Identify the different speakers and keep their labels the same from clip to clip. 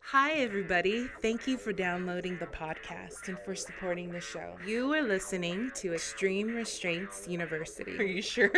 Speaker 1: Hi, everybody. Thank you for downloading the podcast and for supporting the show. You are listening to Extreme Restraints University. Are you sure?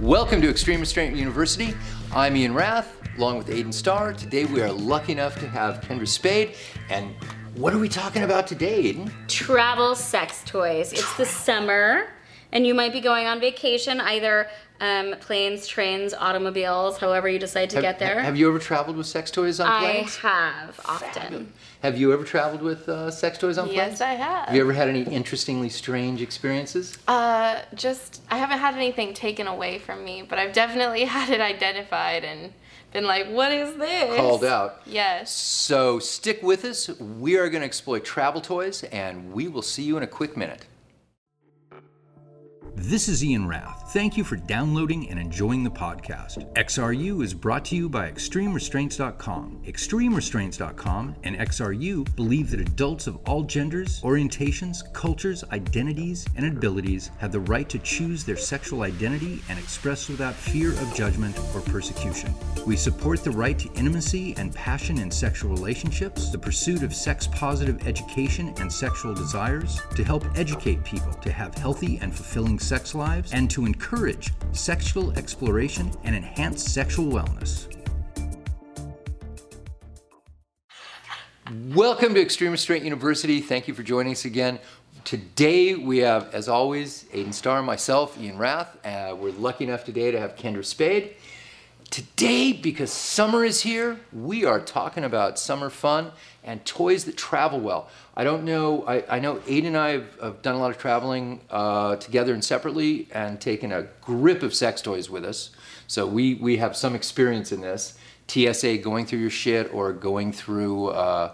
Speaker 2: Welcome to Extreme Restraint University. I'm Ian Rath, along with Aiden Starr. Today we are lucky enough to have Kendra Spade. And what are we talking about today, Aiden?
Speaker 3: travel sex toys. It's the summer, and you might be going on vacation, either um, planes, trains, automobiles, however you decide to
Speaker 2: Have-
Speaker 3: get there.
Speaker 2: Have you ever traveled with sex toys on
Speaker 3: I
Speaker 2: planes?
Speaker 3: have often.
Speaker 2: Have you ever traveled with uh, sex toys on planes?
Speaker 4: Yes, I have.
Speaker 2: Have you ever had any interestingly strange experiences?
Speaker 4: Uh, just I haven't had anything taken away from me, but I've definitely had it identified and been like, "What is this?"
Speaker 2: Called out.
Speaker 4: Yes.
Speaker 2: So stick with us. We are going to explore travel toys, and we will see you in a quick minute. This is Ian Rath. Thank you for downloading and enjoying the podcast. XRU is brought to you by ExtremeRestraints.com. ExtremeRestraints.com and XRU believe that adults of all genders, orientations, cultures, identities, and abilities have the right to choose their sexual identity and express without fear of judgment or persecution. We support the right to intimacy and passion in sexual relationships, the pursuit of sex positive education and sexual desires, to help educate people to have healthy and fulfilling sex lives, and to encourage sexual exploration and enhance sexual wellness. Welcome to Extreme Restraint University. Thank you for joining us again. Today we have, as always, Aiden Starr, myself, Ian Rath. Uh, we're lucky enough today to have Kendra Spade. Today, because summer is here, we are talking about summer fun and toys that travel well. I don't know, I, I know Aiden and I have, have done a lot of traveling uh, together and separately and taken a grip of sex toys with us. So we, we have some experience in this. TSA going through your shit or going through uh,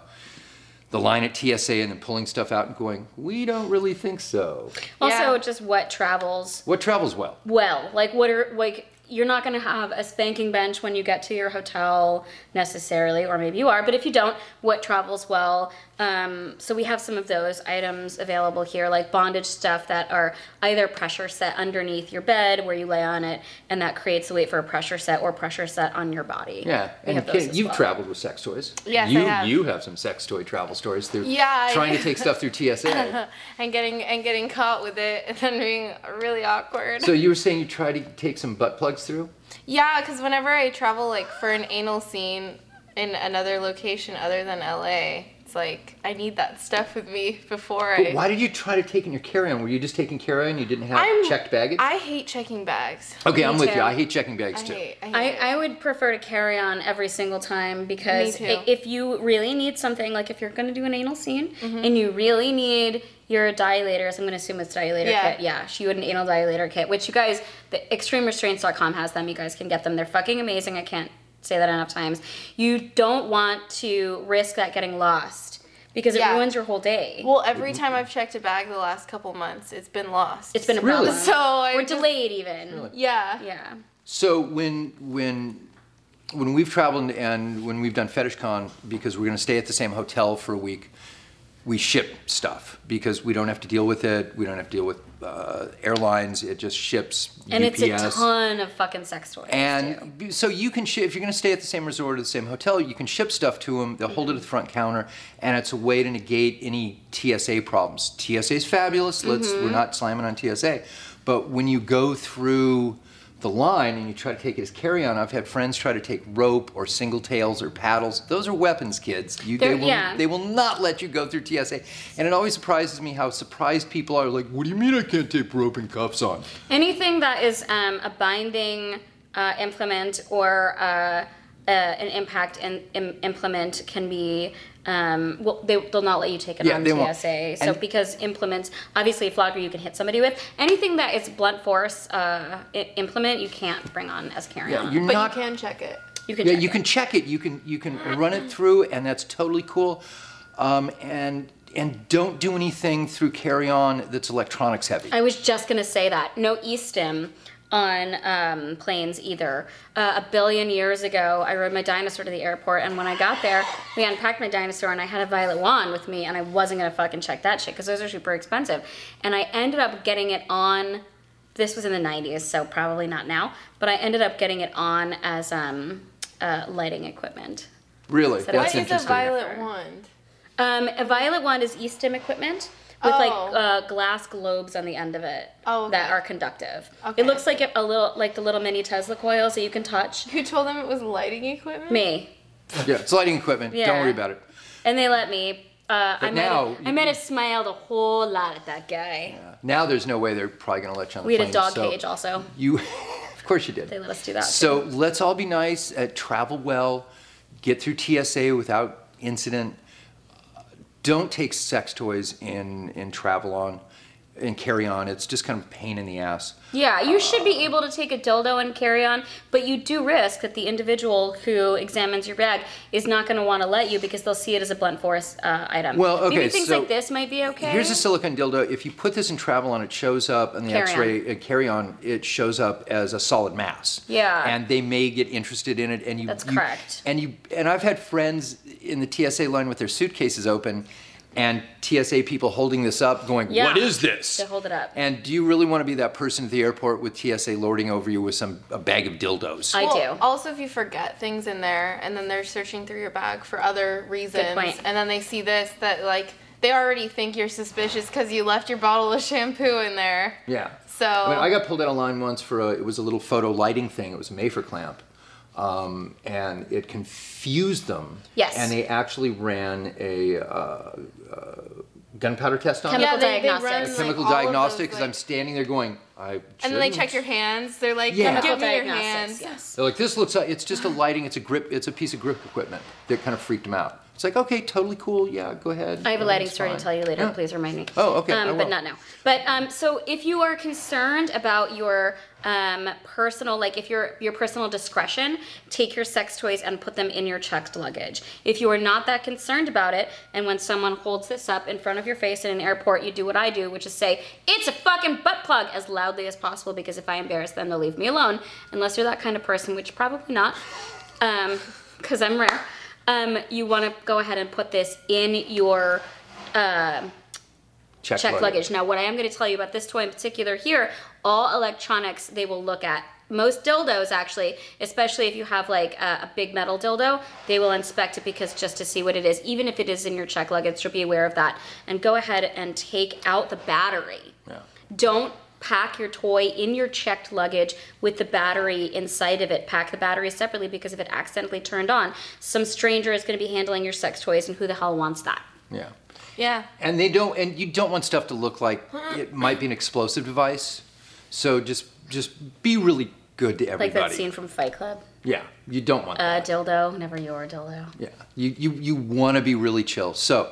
Speaker 2: the line at TSA and then pulling stuff out and going, we don't really think so.
Speaker 3: Also,
Speaker 4: Yeah.
Speaker 3: just what travels
Speaker 2: What travels well?
Speaker 3: well. Like, what are, like, you're not going to have a spanking bench when you get to your hotel necessarily, or maybe you are, but if you don't, what travels well? Um, so, we have some of those items available here, like bondage stuff that are either pressure set underneath your bed where you lay on it, and that creates the weight for a pressure set or pressure set on your body.
Speaker 2: Yeah,
Speaker 3: We
Speaker 2: and
Speaker 3: have those
Speaker 2: Ken,
Speaker 3: as
Speaker 2: you've
Speaker 3: well.
Speaker 2: traveled with sex toys.
Speaker 4: Yes, I
Speaker 2: you,
Speaker 4: have.
Speaker 2: You have some sex toy travel stories through
Speaker 4: Yeah, I-
Speaker 2: trying to take stuff through TSA.
Speaker 4: And getting and getting caught with it and then being really awkward.
Speaker 2: so you were saying you try to take some butt plugs through?
Speaker 4: yeah, because whenever I travel like for an anal scene in another location other than LA, it's like I need that stuff with me before I.
Speaker 2: But why did you try to take in your carry-on? Were you just taking carry-on? You didn't have
Speaker 4: I'm
Speaker 2: checked baggage?
Speaker 4: I hate checking bags.
Speaker 2: okay,
Speaker 3: Me
Speaker 2: I'm with
Speaker 3: too.
Speaker 2: you. I hate checking bags
Speaker 4: I
Speaker 2: too.
Speaker 4: hate. I hate.
Speaker 3: I,
Speaker 4: it.
Speaker 3: I would prefer to carry on every single time because
Speaker 4: too.
Speaker 3: i- if you really need something, like if you're going to do an anal scene
Speaker 4: Mm-hmm.
Speaker 3: and you really need your dilators, I'm going to assume it's dilator
Speaker 4: Yeah.
Speaker 3: kit. Yeah, she would an anal dilator kit, which you guys, the extremerestraints.com has them. You guys can get them. They're fucking amazing. I can't say that enough times. You don't want to risk that getting lost because it
Speaker 4: Yeah.
Speaker 3: ruins your whole day.
Speaker 4: well, every time I've checked a bag the last couple months, it's been lost.
Speaker 3: it's been a
Speaker 2: Really?
Speaker 3: problem.
Speaker 4: so I
Speaker 3: We're
Speaker 4: just-
Speaker 3: delayed even.
Speaker 4: Yeah.
Speaker 3: Yeah.
Speaker 2: So when when when we've traveled and when we've done fetish con because we're going to stay at the same hotel for a week, we ship stuff because we don't have to deal with it. We don't have to deal with uh, airlines. It just ships.
Speaker 3: And it's a
Speaker 2: UPS.
Speaker 3: ton of fucking sex toys. too.
Speaker 2: And b- so you can ship, if you're going to stay at the same resort or the same hotel, you can ship stuff to them. They'll hold it at the front counter, and it's a way to negate any TSA problems. TSA is fabulous. Let's we're not slamming on TSA, but when you go through the line and you try to take it as carry-on, I've had friends try to take rope or single tails or paddles. Those are weapons, kids. You, they
Speaker 3: They're-
Speaker 2: will
Speaker 3: yeah.
Speaker 2: they will not let you go through TSA, and it always surprises me how surprised people are. Like, what do you mean I can't tape rope and cuffs on?
Speaker 3: Anything that is um, a binding uh, implement or uh, uh, an impact in, im- implement can be. Um, well, they, they'll not let you take it
Speaker 2: Yeah,
Speaker 3: on
Speaker 2: they
Speaker 3: TSA.
Speaker 2: won't.
Speaker 3: So
Speaker 2: And-
Speaker 3: because implements, obviously, a flogger you can hit somebody with. Anything that is blunt force uh, i- implement, you can't bring on as carry on.
Speaker 2: you're
Speaker 4: But
Speaker 2: not
Speaker 4: you can check it.
Speaker 3: you can.
Speaker 2: yeah,
Speaker 3: check
Speaker 2: you
Speaker 3: it.
Speaker 2: can check it. You can you can run it through, and that's totally cool. Um, and and don't do anything through carry on that's electronics heavy.
Speaker 3: I was just gonna say that. No eSTIM on um, planes either. Uh, a billion years ago, I rode my dinosaur to the airport, and when I got there, we unpacked my dinosaur, and I had a violet wand with me, and I wasn't gonna fucking check that shit because those are super expensive. And I ended up getting it on. This was in the '90s, so probably not now. But I ended up getting it on as um, uh, lighting equipment.
Speaker 2: Really?
Speaker 3: Set up
Speaker 2: That's
Speaker 3: a-
Speaker 4: what is a
Speaker 2: interesting.
Speaker 4: violet wand?
Speaker 3: Um, a violet wand is e-stim equipment with like
Speaker 4: Oh.
Speaker 3: uh, glass globes on the end of it
Speaker 4: Oh, okay.
Speaker 3: that are conductive.
Speaker 4: Okay.
Speaker 3: It looks like a little like the little mini Tesla coils that you can touch.
Speaker 4: Who told them it was lighting equipment?
Speaker 3: Me.
Speaker 2: Yeah, it's lighting equipment. Don't
Speaker 3: Yeah.
Speaker 2: worry about it.
Speaker 3: And they let me. Uh, I
Speaker 2: But
Speaker 3: might
Speaker 2: now-
Speaker 3: I might have smiled a whole lot at that guy.
Speaker 2: Now there's no way they're probably going to let you on the
Speaker 3: we had
Speaker 2: plane,
Speaker 3: a dog
Speaker 2: so
Speaker 3: cage also.
Speaker 2: You, of course you did.
Speaker 3: They let us do that.
Speaker 2: So let's all be nice, uh, travel well, get through TSA without incident. Don't take sex toys in, in travel on and carry on. It's just kind of a pain in the ass.
Speaker 3: Yeah, you should be able to take a dildo and carry on, but you do risk that the individual who examines your bag is not going to want to let you because they'll see it as a blunt force uh, item.
Speaker 2: Well, okay,
Speaker 3: Maybe things
Speaker 2: so
Speaker 3: like this might be okay.
Speaker 2: Here's a silicone dildo. If you put this in travel on, it shows up, and the
Speaker 3: Carry on.
Speaker 2: X-ray uh, carry on, it shows up as a solid mass.
Speaker 3: Yeah.
Speaker 2: And they may get interested in it, and you.
Speaker 3: That's
Speaker 2: you-
Speaker 3: correct.
Speaker 2: And you and I've had friends in the TSA line with their suitcases open, and TSA people holding this up, going,
Speaker 3: Yeah.
Speaker 2: "What is this?"
Speaker 3: They hold it up.
Speaker 2: And do you really want to be that person at the airport with TSA lording over you with some a bag of dildos?
Speaker 3: I
Speaker 4: Well,
Speaker 3: do.
Speaker 4: Also, if you forget things in there and then they're searching through your bag for other reasons,
Speaker 3: point.
Speaker 4: and then they see this, that like they already think you're suspicious because you left your bottle of shampoo in there.
Speaker 2: Yeah.
Speaker 4: So-
Speaker 2: I, mean, I got pulled out of line once for a. It was a little photo lighting thing. It was a Mayfair clamp, um, and it confused them.
Speaker 3: Yes.
Speaker 2: And they actually ran a uh, uh, gunpowder test on
Speaker 3: Chemical
Speaker 2: it.
Speaker 4: yeah, they, they run,
Speaker 3: diagnostics.
Speaker 4: like,
Speaker 2: Chemical
Speaker 4: all of
Speaker 2: diagnostic.
Speaker 4: those,
Speaker 2: Because
Speaker 4: like-
Speaker 2: I'm standing there going, I.
Speaker 4: And then they
Speaker 2: shouldn't.
Speaker 4: check your hands. They're like,
Speaker 2: Yeah.
Speaker 4: give me your
Speaker 3: Diagnostics,
Speaker 4: hands.
Speaker 3: Yes.
Speaker 2: They're like, this looks like it's just a lighting. It's a grip. It's a piece of grip equipment. That kind of freaked them out. It's like, okay, totally cool. Yeah, go ahead.
Speaker 3: I have a lighting
Speaker 2: Everything's
Speaker 3: story
Speaker 2: fine.
Speaker 3: to tell you later.
Speaker 2: Yeah.
Speaker 3: Please remind me.
Speaker 2: Oh, okay, I
Speaker 3: Um,
Speaker 2: will.
Speaker 3: but not now. But um, so if you are concerned about your um, personal, like if your your personal discretion, take your sex toys and put them in your checked luggage. If you are not that concerned about it, and when someone holds this up in front of your face in an airport, you do what I do, which is say, "It's a fucking butt plug" as loudly as possible because if I embarrass them, they'll leave me alone. Unless you're that kind of person, which probably not. Um, because I'm rare. Um, you want to go ahead and put this in your
Speaker 2: Check,
Speaker 3: check luggage. Now, what I am going to tell you about this toy in particular here, all electronics they will look at. Most dildos, actually, especially if you have like a, a big metal dildo, they will inspect it because just to see what it is, even if it is in your check luggage, so be aware of that. And go ahead and take out the battery.
Speaker 2: Yeah.
Speaker 3: Don't pack your toy in your checked luggage with the battery inside of it. Pack the battery separately because if it accidentally turned on, some stranger is going to be handling your sex toys, and who the hell wants that?
Speaker 2: Yeah.
Speaker 4: Yeah.
Speaker 2: And they don't, and you don't want stuff to look like it might be an explosive device. So just, just be really good to
Speaker 3: Like
Speaker 2: everybody.
Speaker 3: that scene Uh. from Fight Club.
Speaker 2: Yeah, you don't want.
Speaker 3: A
Speaker 2: that.
Speaker 3: dildo, never your dildo.
Speaker 2: Yeah, you you you want to be really chill. So,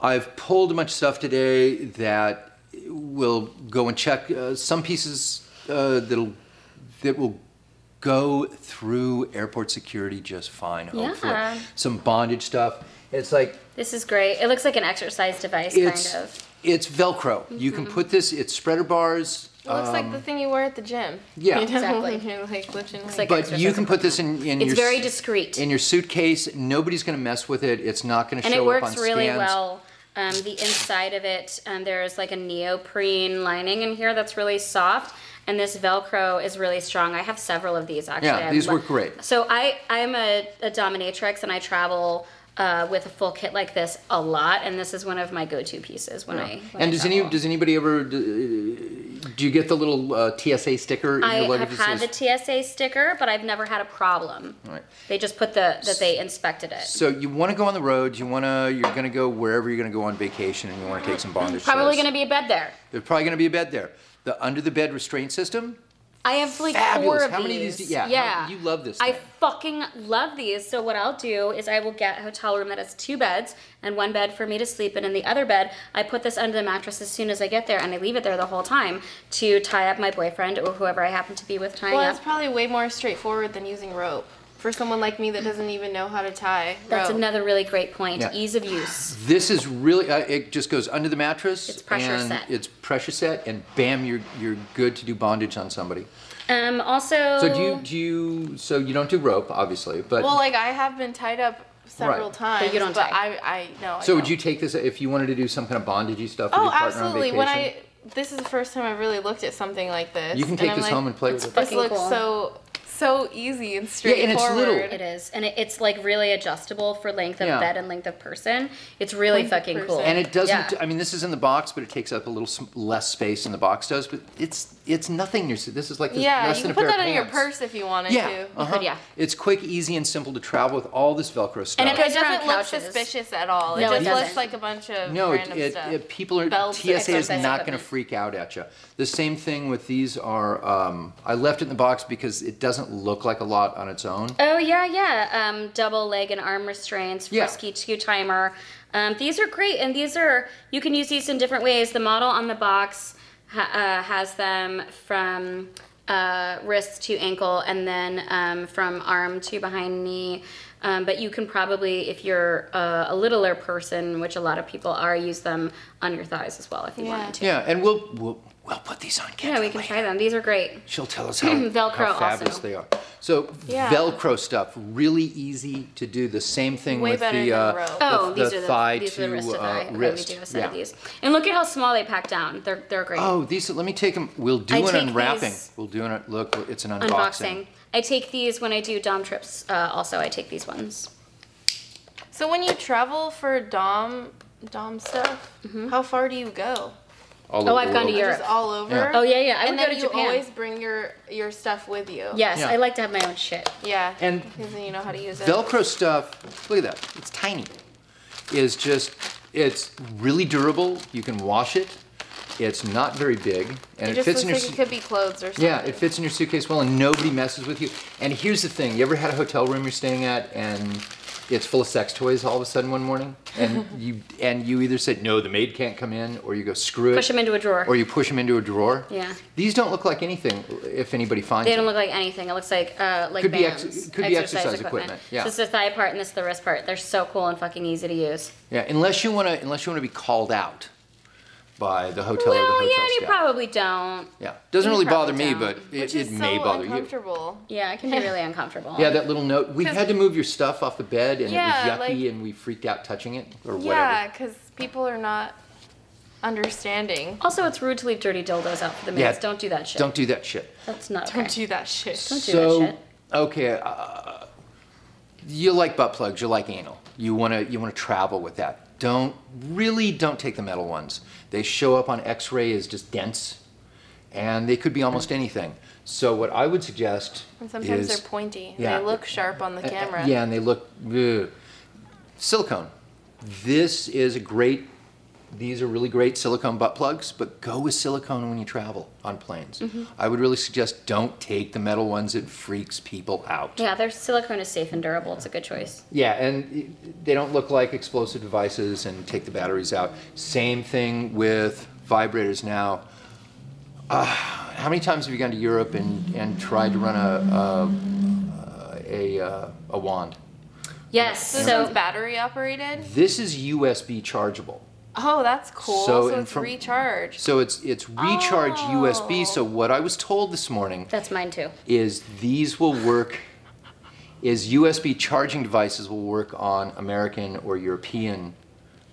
Speaker 2: I've pulled a bunch of stuff today that will go and check uh, some pieces uh, that'll that will go through airport security just fine. Hopefully,
Speaker 3: Yeah.
Speaker 2: some bondage stuff. It's like
Speaker 3: This is great. It looks like an exercise device,
Speaker 2: it's
Speaker 3: kind of. Mm-hmm.
Speaker 2: it's Velcro. You can put this. It's spreader bars. uh,
Speaker 4: It looks like the thing you wear at the gym.
Speaker 2: Um, yeah.
Speaker 4: You know,
Speaker 3: Exactly.
Speaker 4: when you're like lifting weights.
Speaker 3: like-
Speaker 2: But
Speaker 3: exercise
Speaker 2: you can put this in, in
Speaker 3: It's
Speaker 2: your
Speaker 3: very
Speaker 2: s-
Speaker 3: discreet.
Speaker 2: in your suitcase. Nobody's going to mess with it. It's not going to
Speaker 3: and
Speaker 2: show
Speaker 3: it
Speaker 2: up
Speaker 3: works
Speaker 2: on
Speaker 3: really
Speaker 2: scans.
Speaker 3: well. Um, the inside of it, um, there's like a neoprene lining in here that's really soft, and this Velcro is really strong. I have several of these actually.
Speaker 2: Yeah,
Speaker 3: I
Speaker 2: these
Speaker 3: lo-
Speaker 2: work great.
Speaker 3: So I, I'm a, a dominatrix, and I travel uh, with a full kit like this a lot, and this is one of my go-to pieces when I. When
Speaker 2: And
Speaker 3: I
Speaker 2: does any
Speaker 3: travel.
Speaker 2: does anybody ever do, do you get the little uh, TSA sticker in
Speaker 3: I
Speaker 2: your luggage
Speaker 3: have had
Speaker 2: that says?
Speaker 3: the TSA sticker, but I've never had a problem.
Speaker 2: Right.
Speaker 3: They just put the that they inspected it.
Speaker 2: so you want to go on the road. You want to you're going to go wherever you're going to go on vacation, and you want to take some bondage.
Speaker 3: Probably
Speaker 2: shows.
Speaker 3: going to be a bed there.
Speaker 2: There's probably going to be a bed there. The under the bed restraint system.
Speaker 3: I have like
Speaker 2: Fabulous.
Speaker 3: four of
Speaker 2: How
Speaker 3: these.
Speaker 2: many of these do- yeah, how-
Speaker 3: yeah.
Speaker 2: you love this
Speaker 3: I
Speaker 2: thing.
Speaker 3: fucking love these. So what I'll do is I will get a hotel room that has two beds and one bed for me to sleep in, and the other bed I put this under the mattress as soon as I get there, and I leave it there the whole time to tie up my boyfriend or whoever I happen to be with tying
Speaker 4: Well,
Speaker 3: up.
Speaker 4: that's probably way more straightforward than using rope for someone like me that doesn't even know how to tie.
Speaker 3: That's
Speaker 4: rope.
Speaker 3: another really great point.
Speaker 2: Yeah.
Speaker 3: Ease of use.
Speaker 2: This is really uh, it. Just goes under the mattress.
Speaker 3: It's pressure
Speaker 2: and
Speaker 3: set.
Speaker 2: It's pressure set, and bam, you're you're good to do bondage on somebody.
Speaker 3: Um. Also.
Speaker 2: So do you do you so you don't do rope obviously, but
Speaker 4: Well, like I have been tied up several
Speaker 2: Right.
Speaker 4: times.
Speaker 3: But you don't tie.
Speaker 4: I, I no. I
Speaker 2: so would
Speaker 4: don't.
Speaker 2: you take this if you wanted to do some kind of bondagey stuff? with
Speaker 4: Oh,
Speaker 2: your partner
Speaker 4: absolutely.
Speaker 2: On
Speaker 4: When I
Speaker 2: vacation?
Speaker 4: this is the first time I've really looked at something like this.
Speaker 2: you can
Speaker 4: and
Speaker 2: take
Speaker 4: I'm
Speaker 2: this
Speaker 4: like,
Speaker 2: home and play with it.
Speaker 4: This
Speaker 3: Fucking
Speaker 4: looks
Speaker 3: cool.
Speaker 4: so so easy and
Speaker 2: Yeah, and it's
Speaker 4: straightforward.
Speaker 2: little.
Speaker 3: It is, and it, it's like really adjustable for length of
Speaker 2: Yeah.
Speaker 3: bed and length of person. It's really
Speaker 4: Length of
Speaker 3: fucking cool.
Speaker 4: person.
Speaker 2: And it doesn't.
Speaker 3: Yeah.
Speaker 2: I mean, this is in the box, but it takes up a little sm- less space than the box does. But it's it's nothing. You're, this is like this,
Speaker 4: Yeah,
Speaker 2: less
Speaker 4: you
Speaker 2: than
Speaker 4: can
Speaker 2: a
Speaker 4: put
Speaker 2: pair of
Speaker 4: that in your
Speaker 2: pants.
Speaker 4: purse if you wanted
Speaker 2: Yeah,
Speaker 4: to.
Speaker 2: uh-huh.
Speaker 3: could, yeah.
Speaker 2: It's quick, easy, and simple to travel with all this Velcro stuff.
Speaker 3: And it
Speaker 4: It
Speaker 3: It's around
Speaker 4: doesn't look
Speaker 3: couches.
Speaker 4: suspicious at all.
Speaker 3: No, it
Speaker 4: it just looks
Speaker 3: doesn't.
Speaker 4: like a bunch of
Speaker 2: no, it,
Speaker 4: random
Speaker 2: it,
Speaker 4: stuff.
Speaker 2: it- people are
Speaker 4: Belts and
Speaker 2: TSA is
Speaker 3: exercise
Speaker 2: not going to
Speaker 3: equipment.
Speaker 2: freak out at you. The same thing with these are. Um, I left it in the box because it doesn't look like a lot on its own.
Speaker 3: Oh yeah, yeah. Um, double leg and arm restraints,
Speaker 2: Yeah.
Speaker 3: frisky two timer. Um, these are great, and these are you can use these in different ways. The model on the box ha- uh, has them from uh, wrist to ankle, and then um, from arm to behind knee. Um, but you can probably, if you're uh, a, a littler person, which a lot of people are, use them on your thighs as well if you
Speaker 4: Yeah.
Speaker 3: wanted to.
Speaker 2: Yeah, and we'll we'll, we'll put these on.
Speaker 3: Yeah,
Speaker 2: Kendra
Speaker 3: we can
Speaker 2: later.
Speaker 3: try them. These are great.
Speaker 2: She'll tell us how,
Speaker 3: Velcro
Speaker 2: how fabulous
Speaker 3: also.
Speaker 2: they are. So
Speaker 4: Yeah.
Speaker 2: Velcro stuff, really easy to do. The same thing
Speaker 4: Way
Speaker 2: with
Speaker 4: better
Speaker 2: the,
Speaker 4: than
Speaker 2: uh,
Speaker 4: rope.
Speaker 2: the-
Speaker 3: Oh,
Speaker 2: the
Speaker 3: these are the
Speaker 2: thigh
Speaker 3: these
Speaker 2: to
Speaker 3: are the wrist to thigh.
Speaker 2: uh,
Speaker 3: Okay,
Speaker 2: wrist.
Speaker 3: we do a set of
Speaker 2: Yeah.
Speaker 3: these. And look at how small they pack down. They're they're great.
Speaker 2: Oh, these. Let me take them. We'll do
Speaker 3: I
Speaker 2: an
Speaker 3: take
Speaker 2: unwrapping.
Speaker 3: these-
Speaker 2: We'll do an look. It's an
Speaker 3: Unboxing.
Speaker 2: unboxing.
Speaker 3: I take these when I do dom trips. Uh, also, I take these ones.
Speaker 4: So when you travel for dom dom stuff, how far do you go?
Speaker 2: All
Speaker 3: Oh,
Speaker 2: over
Speaker 3: I've
Speaker 2: the
Speaker 3: gone Mm-hmm. to
Speaker 2: world.
Speaker 3: Europe.
Speaker 4: Just all over.
Speaker 2: Yeah.
Speaker 3: Oh, yeah, yeah, I
Speaker 4: and
Speaker 3: would
Speaker 4: then
Speaker 3: go to
Speaker 4: you
Speaker 3: Japan.
Speaker 4: always bring your your stuff with you.
Speaker 3: Yes,
Speaker 2: Yeah.
Speaker 3: I like to have my own shit.
Speaker 4: Yeah.
Speaker 2: And-
Speaker 4: because then you know how to use it.
Speaker 2: Velcro stuff. Look at that. It's tiny. Is just. It's really durable. You can wash it. It's not very big, and
Speaker 4: It
Speaker 2: it,
Speaker 4: just
Speaker 2: fits
Speaker 4: looks
Speaker 2: in your.
Speaker 4: like
Speaker 2: suit-
Speaker 4: it could be clothes or something.
Speaker 2: Yeah, it fits in your suitcase well, and nobody messes with you. And here's the thing: you ever had a hotel room you're staying at, and it's full of sex toys all of a sudden one morning, and you and you either said no, the maid can't come in, or you go screw it,
Speaker 3: Push 'em into a drawer.
Speaker 2: or you push them into a drawer.
Speaker 3: Yeah.
Speaker 2: These don't look like anything if anybody finds
Speaker 3: They don't
Speaker 2: them.
Speaker 3: look like anything. It looks like uh, like
Speaker 2: Could be ex-
Speaker 3: bands.
Speaker 2: could be exercise equipment, yeah.
Speaker 3: So it's the thigh part and this is the wrist part. They're so cool and fucking easy to use.
Speaker 2: yeah, unless you want to unless you want to be called out by the hotel or the
Speaker 3: well,
Speaker 2: hotel
Speaker 3: yeah, and you
Speaker 2: staff.
Speaker 3: probably don't.
Speaker 2: yeah, doesn't
Speaker 3: you
Speaker 2: really bother
Speaker 3: probably
Speaker 2: me,
Speaker 3: don't.
Speaker 2: but it,
Speaker 4: Which
Speaker 2: it
Speaker 4: is
Speaker 2: may
Speaker 4: so
Speaker 2: bother you.
Speaker 4: uncomfortable.
Speaker 3: Yeah, it can be really uncomfortable.
Speaker 2: Yeah, that little note. We had to move your stuff off the bed, and
Speaker 4: Yeah,
Speaker 2: it was
Speaker 4: like-
Speaker 2: yucky, and we freaked out touching it or whatever.
Speaker 4: Yeah, because people are not understanding.
Speaker 3: Also, it's rude to leave dirty dildos out for the maids. don't do that shit.
Speaker 2: Don't do that shit.
Speaker 3: That's not okay.
Speaker 4: Don't do that shit.
Speaker 3: Don't do
Speaker 2: so,
Speaker 3: that shit.
Speaker 2: okay, uh, you like butt plugs. You like anal. You wanna you wanna travel with that. Don't really don't take the metal ones. They show up on X-ray as just dents, and they could be almost anything. So what I would suggest
Speaker 4: And
Speaker 2: is
Speaker 4: sometimes they're pointy.
Speaker 2: yeah.
Speaker 4: They look sharp on the
Speaker 2: Uh, uh,
Speaker 4: camera.
Speaker 2: Yeah, and they look ugh. silicone. This is a great. These are really great silicone butt plugs, but go with silicone when you travel on planes.
Speaker 4: Mm-hmm.
Speaker 2: I would really suggest don't take the metal ones; it freaks people out.
Speaker 3: Yeah, their silicone is safe and durable. It's a good choice.
Speaker 2: Yeah, and they don't look like explosive devices and take the batteries out. Same thing with vibrators now. Uh, how many times have you gone to Europe and, and tried to run a a, a, uh, a wand?
Speaker 3: Yes.
Speaker 4: So, this
Speaker 3: So
Speaker 4: one's battery operated.
Speaker 2: This is USB chargeable.
Speaker 4: Oh, that's cool.
Speaker 2: So
Speaker 4: So,
Speaker 2: in
Speaker 4: it's
Speaker 2: from-
Speaker 4: recharged.
Speaker 2: So it's it's recharge USB. So
Speaker 4: Oh.
Speaker 2: what I was told this morning
Speaker 3: that's mine too.
Speaker 2: is these will work is USB charging devices will work on American or European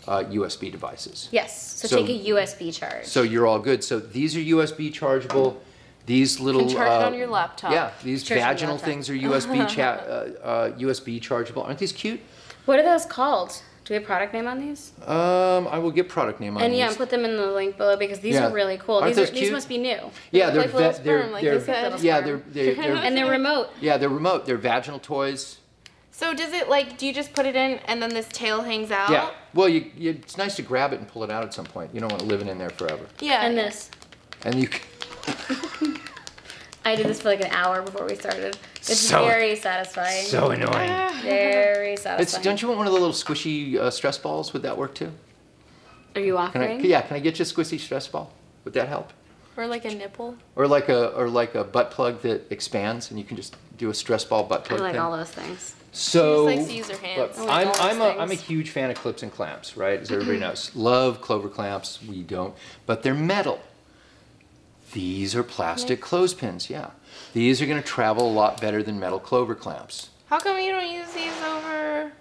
Speaker 2: uh, USB devices.
Speaker 3: Yes. So,
Speaker 2: So-
Speaker 3: take a USB charge.
Speaker 2: So you're all good. So these are USB chargeable. These little
Speaker 4: Can charge it
Speaker 2: uh,
Speaker 4: on your laptop.
Speaker 2: yeah, these
Speaker 3: Charge it on your
Speaker 2: vaginal
Speaker 3: laptop.
Speaker 2: things are USB cha- uh, uh, USB chargeable. Aren't these cute?
Speaker 3: what are those called? Do we have product name on these?
Speaker 2: Um, I will get product name on
Speaker 3: and
Speaker 2: these.
Speaker 3: yeah, put them in the link below because these
Speaker 2: Yeah.
Speaker 3: are really cool.
Speaker 2: Aren't
Speaker 3: these
Speaker 2: those
Speaker 3: are, these
Speaker 2: cute?
Speaker 3: must be new.
Speaker 2: yeah, they're
Speaker 4: like little
Speaker 2: va- they're
Speaker 4: sperm, like you
Speaker 2: they're
Speaker 4: said.
Speaker 2: yeah they're they're, they're
Speaker 3: And they're remote.
Speaker 2: Yeah, they're remote. They're vaginal toys.
Speaker 4: So does it like? Do you just put it in and then this tail hangs
Speaker 3: Oh.
Speaker 4: out?
Speaker 2: Yeah. Well, you, you, it's nice to grab it and pull it out at some point. You don't want it living in there forever.
Speaker 4: Yeah.
Speaker 3: And this.
Speaker 2: And you. c-
Speaker 3: I did this for like an hour before we started. It's
Speaker 2: So-
Speaker 3: very satisfying.
Speaker 2: So annoying.
Speaker 3: very
Speaker 2: It's
Speaker 3: satisfying.
Speaker 2: don't you want one of the little squishy uh, stress balls? Would that work too?
Speaker 3: are you
Speaker 2: Can I,
Speaker 3: offering?
Speaker 2: yeah. Can I get you a squishy stress ball? Would that help?
Speaker 4: Or like a nipple.
Speaker 2: Or like a or like a butt plug that expands and you can just do a stress ball butt
Speaker 3: I
Speaker 2: plug
Speaker 3: like
Speaker 2: thing.
Speaker 3: all those things.
Speaker 2: So
Speaker 4: She just likes to use her hands.
Speaker 2: Look,
Speaker 4: I
Speaker 2: I'm
Speaker 4: like all
Speaker 2: I'm
Speaker 4: those
Speaker 2: a, I'm a
Speaker 4: things. Mm-hmm.
Speaker 2: huge fan of clips and clamps, right? As everybody knows, love clover clamps. We don't, but they're metal. These are plastic clothespins. Yeah, these are going to travel a lot better than metal clover clamps.
Speaker 4: How come you don't use these over?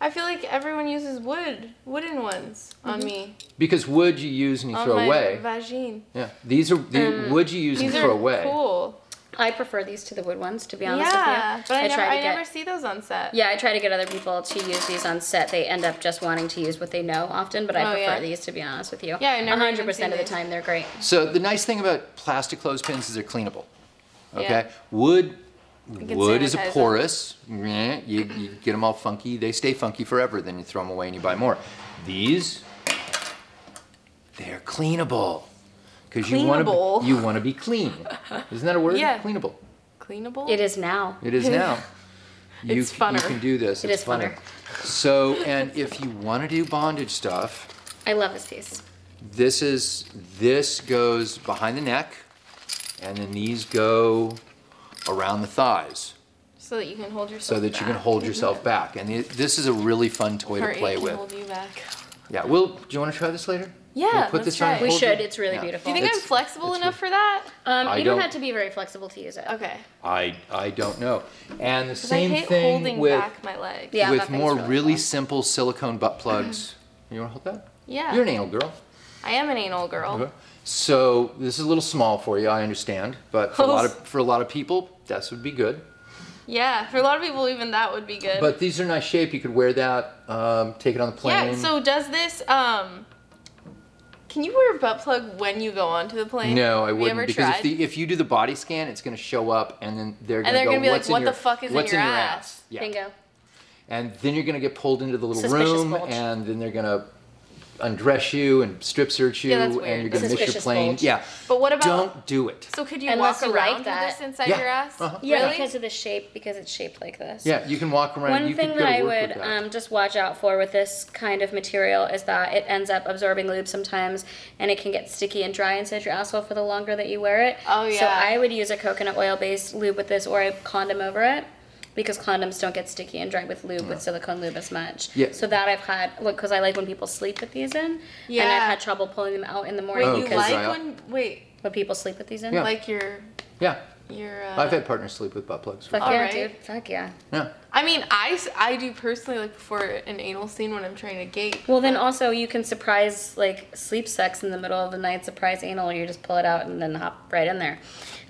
Speaker 4: I feel like everyone uses wood, wooden ones on me,
Speaker 2: Because wood you use and you
Speaker 4: on
Speaker 2: throw
Speaker 4: my
Speaker 2: away.
Speaker 4: vagine.
Speaker 2: yeah, these are the wood you use and
Speaker 4: These
Speaker 2: throw
Speaker 4: are
Speaker 2: away.
Speaker 4: cool.
Speaker 3: I prefer these to the wood ones, to be honest
Speaker 4: Yeah,
Speaker 3: with you.
Speaker 4: but I, never,
Speaker 3: try to
Speaker 4: I
Speaker 3: get,
Speaker 4: never see those on set.
Speaker 3: Yeah, I try to get other people to use these on set. They end up just wanting to use what they know often, but I
Speaker 4: Oh,
Speaker 3: prefer
Speaker 4: yeah.
Speaker 3: these to be honest with you.
Speaker 4: Yeah, I've never even
Speaker 3: 100% of the
Speaker 4: seen these.
Speaker 3: time they're great.
Speaker 2: So the nice thing about plastic clothespins is they're cleanable. Okay,
Speaker 4: Yeah.
Speaker 2: wood.
Speaker 4: can
Speaker 2: Wood is a
Speaker 4: sanitize 'em.
Speaker 2: porous. Meh, You, you get them all funky. They stay funky forever. Then you throw them away and you buy more. These, they're cleanable, because you want
Speaker 4: Cleanable.
Speaker 2: to you want to be clean. Isn't that a word?
Speaker 4: Yeah.
Speaker 2: Cleanable.
Speaker 4: Cleanable?
Speaker 3: It is now.
Speaker 2: It is now. You,
Speaker 4: It's
Speaker 2: c- You
Speaker 4: funner.
Speaker 2: can do this.
Speaker 3: It
Speaker 2: it's
Speaker 3: is
Speaker 2: funner.
Speaker 3: funner.
Speaker 2: So, and if you want to do bondage stuff,
Speaker 3: I love this piece.
Speaker 2: this is this goes behind the neck and then these go around the thighs
Speaker 4: So that you can hold yourself
Speaker 2: so that you can
Speaker 4: back. Mm-hmm.
Speaker 2: hold yourself back and it, this is a really fun toy
Speaker 4: Her
Speaker 2: to play
Speaker 4: eight can
Speaker 2: with
Speaker 4: hold you back.
Speaker 2: yeah will do you want to try this later
Speaker 4: Yeah,
Speaker 2: We'll put
Speaker 4: let's
Speaker 2: this
Speaker 4: try
Speaker 2: on
Speaker 4: it.
Speaker 2: and
Speaker 4: We
Speaker 2: hold you?
Speaker 3: should, it's really beautiful.
Speaker 4: Do you think
Speaker 2: It's-
Speaker 4: I'm flexible
Speaker 2: it's
Speaker 4: enough
Speaker 2: re-
Speaker 4: for that?
Speaker 3: Um,
Speaker 2: I
Speaker 3: you don't,
Speaker 2: don't-
Speaker 3: have to be very flexible to use it.
Speaker 4: Okay.
Speaker 2: i i don't know and the
Speaker 4: 'Cause I
Speaker 2: same
Speaker 4: hate
Speaker 2: thing
Speaker 4: holding
Speaker 2: with
Speaker 4: back my leg.
Speaker 3: Yeah, that
Speaker 2: with
Speaker 3: thing's
Speaker 2: more
Speaker 3: really
Speaker 2: really,
Speaker 3: fun.
Speaker 2: simple silicone butt plugs you want to hold that
Speaker 4: Yeah.
Speaker 2: you're an anal Uh-huh. girl
Speaker 4: I am an anal girl.
Speaker 2: Okay. So this is a little small for you, I understand, but for a lot of for a lot of people, this would be good.
Speaker 4: Yeah, for a lot of people, even that would be good.
Speaker 2: But these are nice shape. You could wear that, um, take it on the plane.
Speaker 4: yeah, so does this, um, can you wear a butt plug when you go onto the plane?
Speaker 2: no, I
Speaker 4: Have you
Speaker 2: wouldn't
Speaker 4: ever
Speaker 2: because
Speaker 4: tried?
Speaker 2: if, the, if you do the body scan, it's going to show up, and then they're going
Speaker 4: they're
Speaker 2: to go,
Speaker 4: gonna be like,
Speaker 2: "What's in
Speaker 4: "What the
Speaker 2: your-
Speaker 4: fuck is in
Speaker 2: what's
Speaker 4: your
Speaker 2: in your
Speaker 4: ass?"
Speaker 2: ass?" Yeah.
Speaker 3: Bingo.
Speaker 2: And then you're going to get pulled into the little
Speaker 3: Suspicious
Speaker 2: room,
Speaker 3: bulge.
Speaker 2: and then they're going to undress you and strip search you,
Speaker 4: Yeah, that's
Speaker 2: and
Speaker 4: weird.
Speaker 2: you're going to miss your
Speaker 3: Suspicious
Speaker 2: plane.
Speaker 3: bulge.
Speaker 2: Yeah.
Speaker 4: But what about-
Speaker 2: Don't do it.
Speaker 4: so could you
Speaker 3: Unless
Speaker 4: walk
Speaker 3: you
Speaker 4: around
Speaker 3: like
Speaker 4: with
Speaker 3: that.
Speaker 4: this inside
Speaker 2: Yeah,
Speaker 4: your ass?
Speaker 2: uh-huh.
Speaker 3: Yeah,
Speaker 4: Really?
Speaker 3: because of the shape, because it's shaped like this.
Speaker 2: Yeah, you can walk around.
Speaker 3: One
Speaker 2: you
Speaker 3: thing
Speaker 2: could
Speaker 3: that
Speaker 2: go to
Speaker 3: I
Speaker 2: work with
Speaker 3: would
Speaker 2: that.
Speaker 3: um, just watch out for with this kind of material is that it ends up absorbing lube sometimes, and it can get sticky and dry inside your asshole for the longer that you wear it.
Speaker 4: Oh,
Speaker 3: So
Speaker 4: yeah.
Speaker 3: I would use a coconut oil based lube with this, or a condom over it, because condoms don't get sticky and dry with lube with silicone lube as much.
Speaker 2: Yeah.
Speaker 3: So that I've had look because I like when people sleep with these in, and I've
Speaker 4: Yeah.
Speaker 3: had trouble pulling them out in the
Speaker 4: Wait,
Speaker 3: morning
Speaker 2: Oh,
Speaker 4: you
Speaker 2: okay.
Speaker 3: because
Speaker 2: Dry up.
Speaker 4: like when, wait,
Speaker 3: when people sleep with these in.
Speaker 2: Yeah.
Speaker 4: like your,
Speaker 2: yeah,
Speaker 4: your, uh,
Speaker 2: I've had partners sleep with butt plugs.
Speaker 3: Fuck
Speaker 4: All
Speaker 3: yeah,
Speaker 4: right.
Speaker 3: dude. Fuck yeah.
Speaker 2: Yeah.
Speaker 4: I mean, I, s- I do personally like before an anal scene when I'm trying to gate.
Speaker 3: Well, then also you can surprise like sleep sex in the middle of the night, surprise anal. You just pull it out and then hop right in there.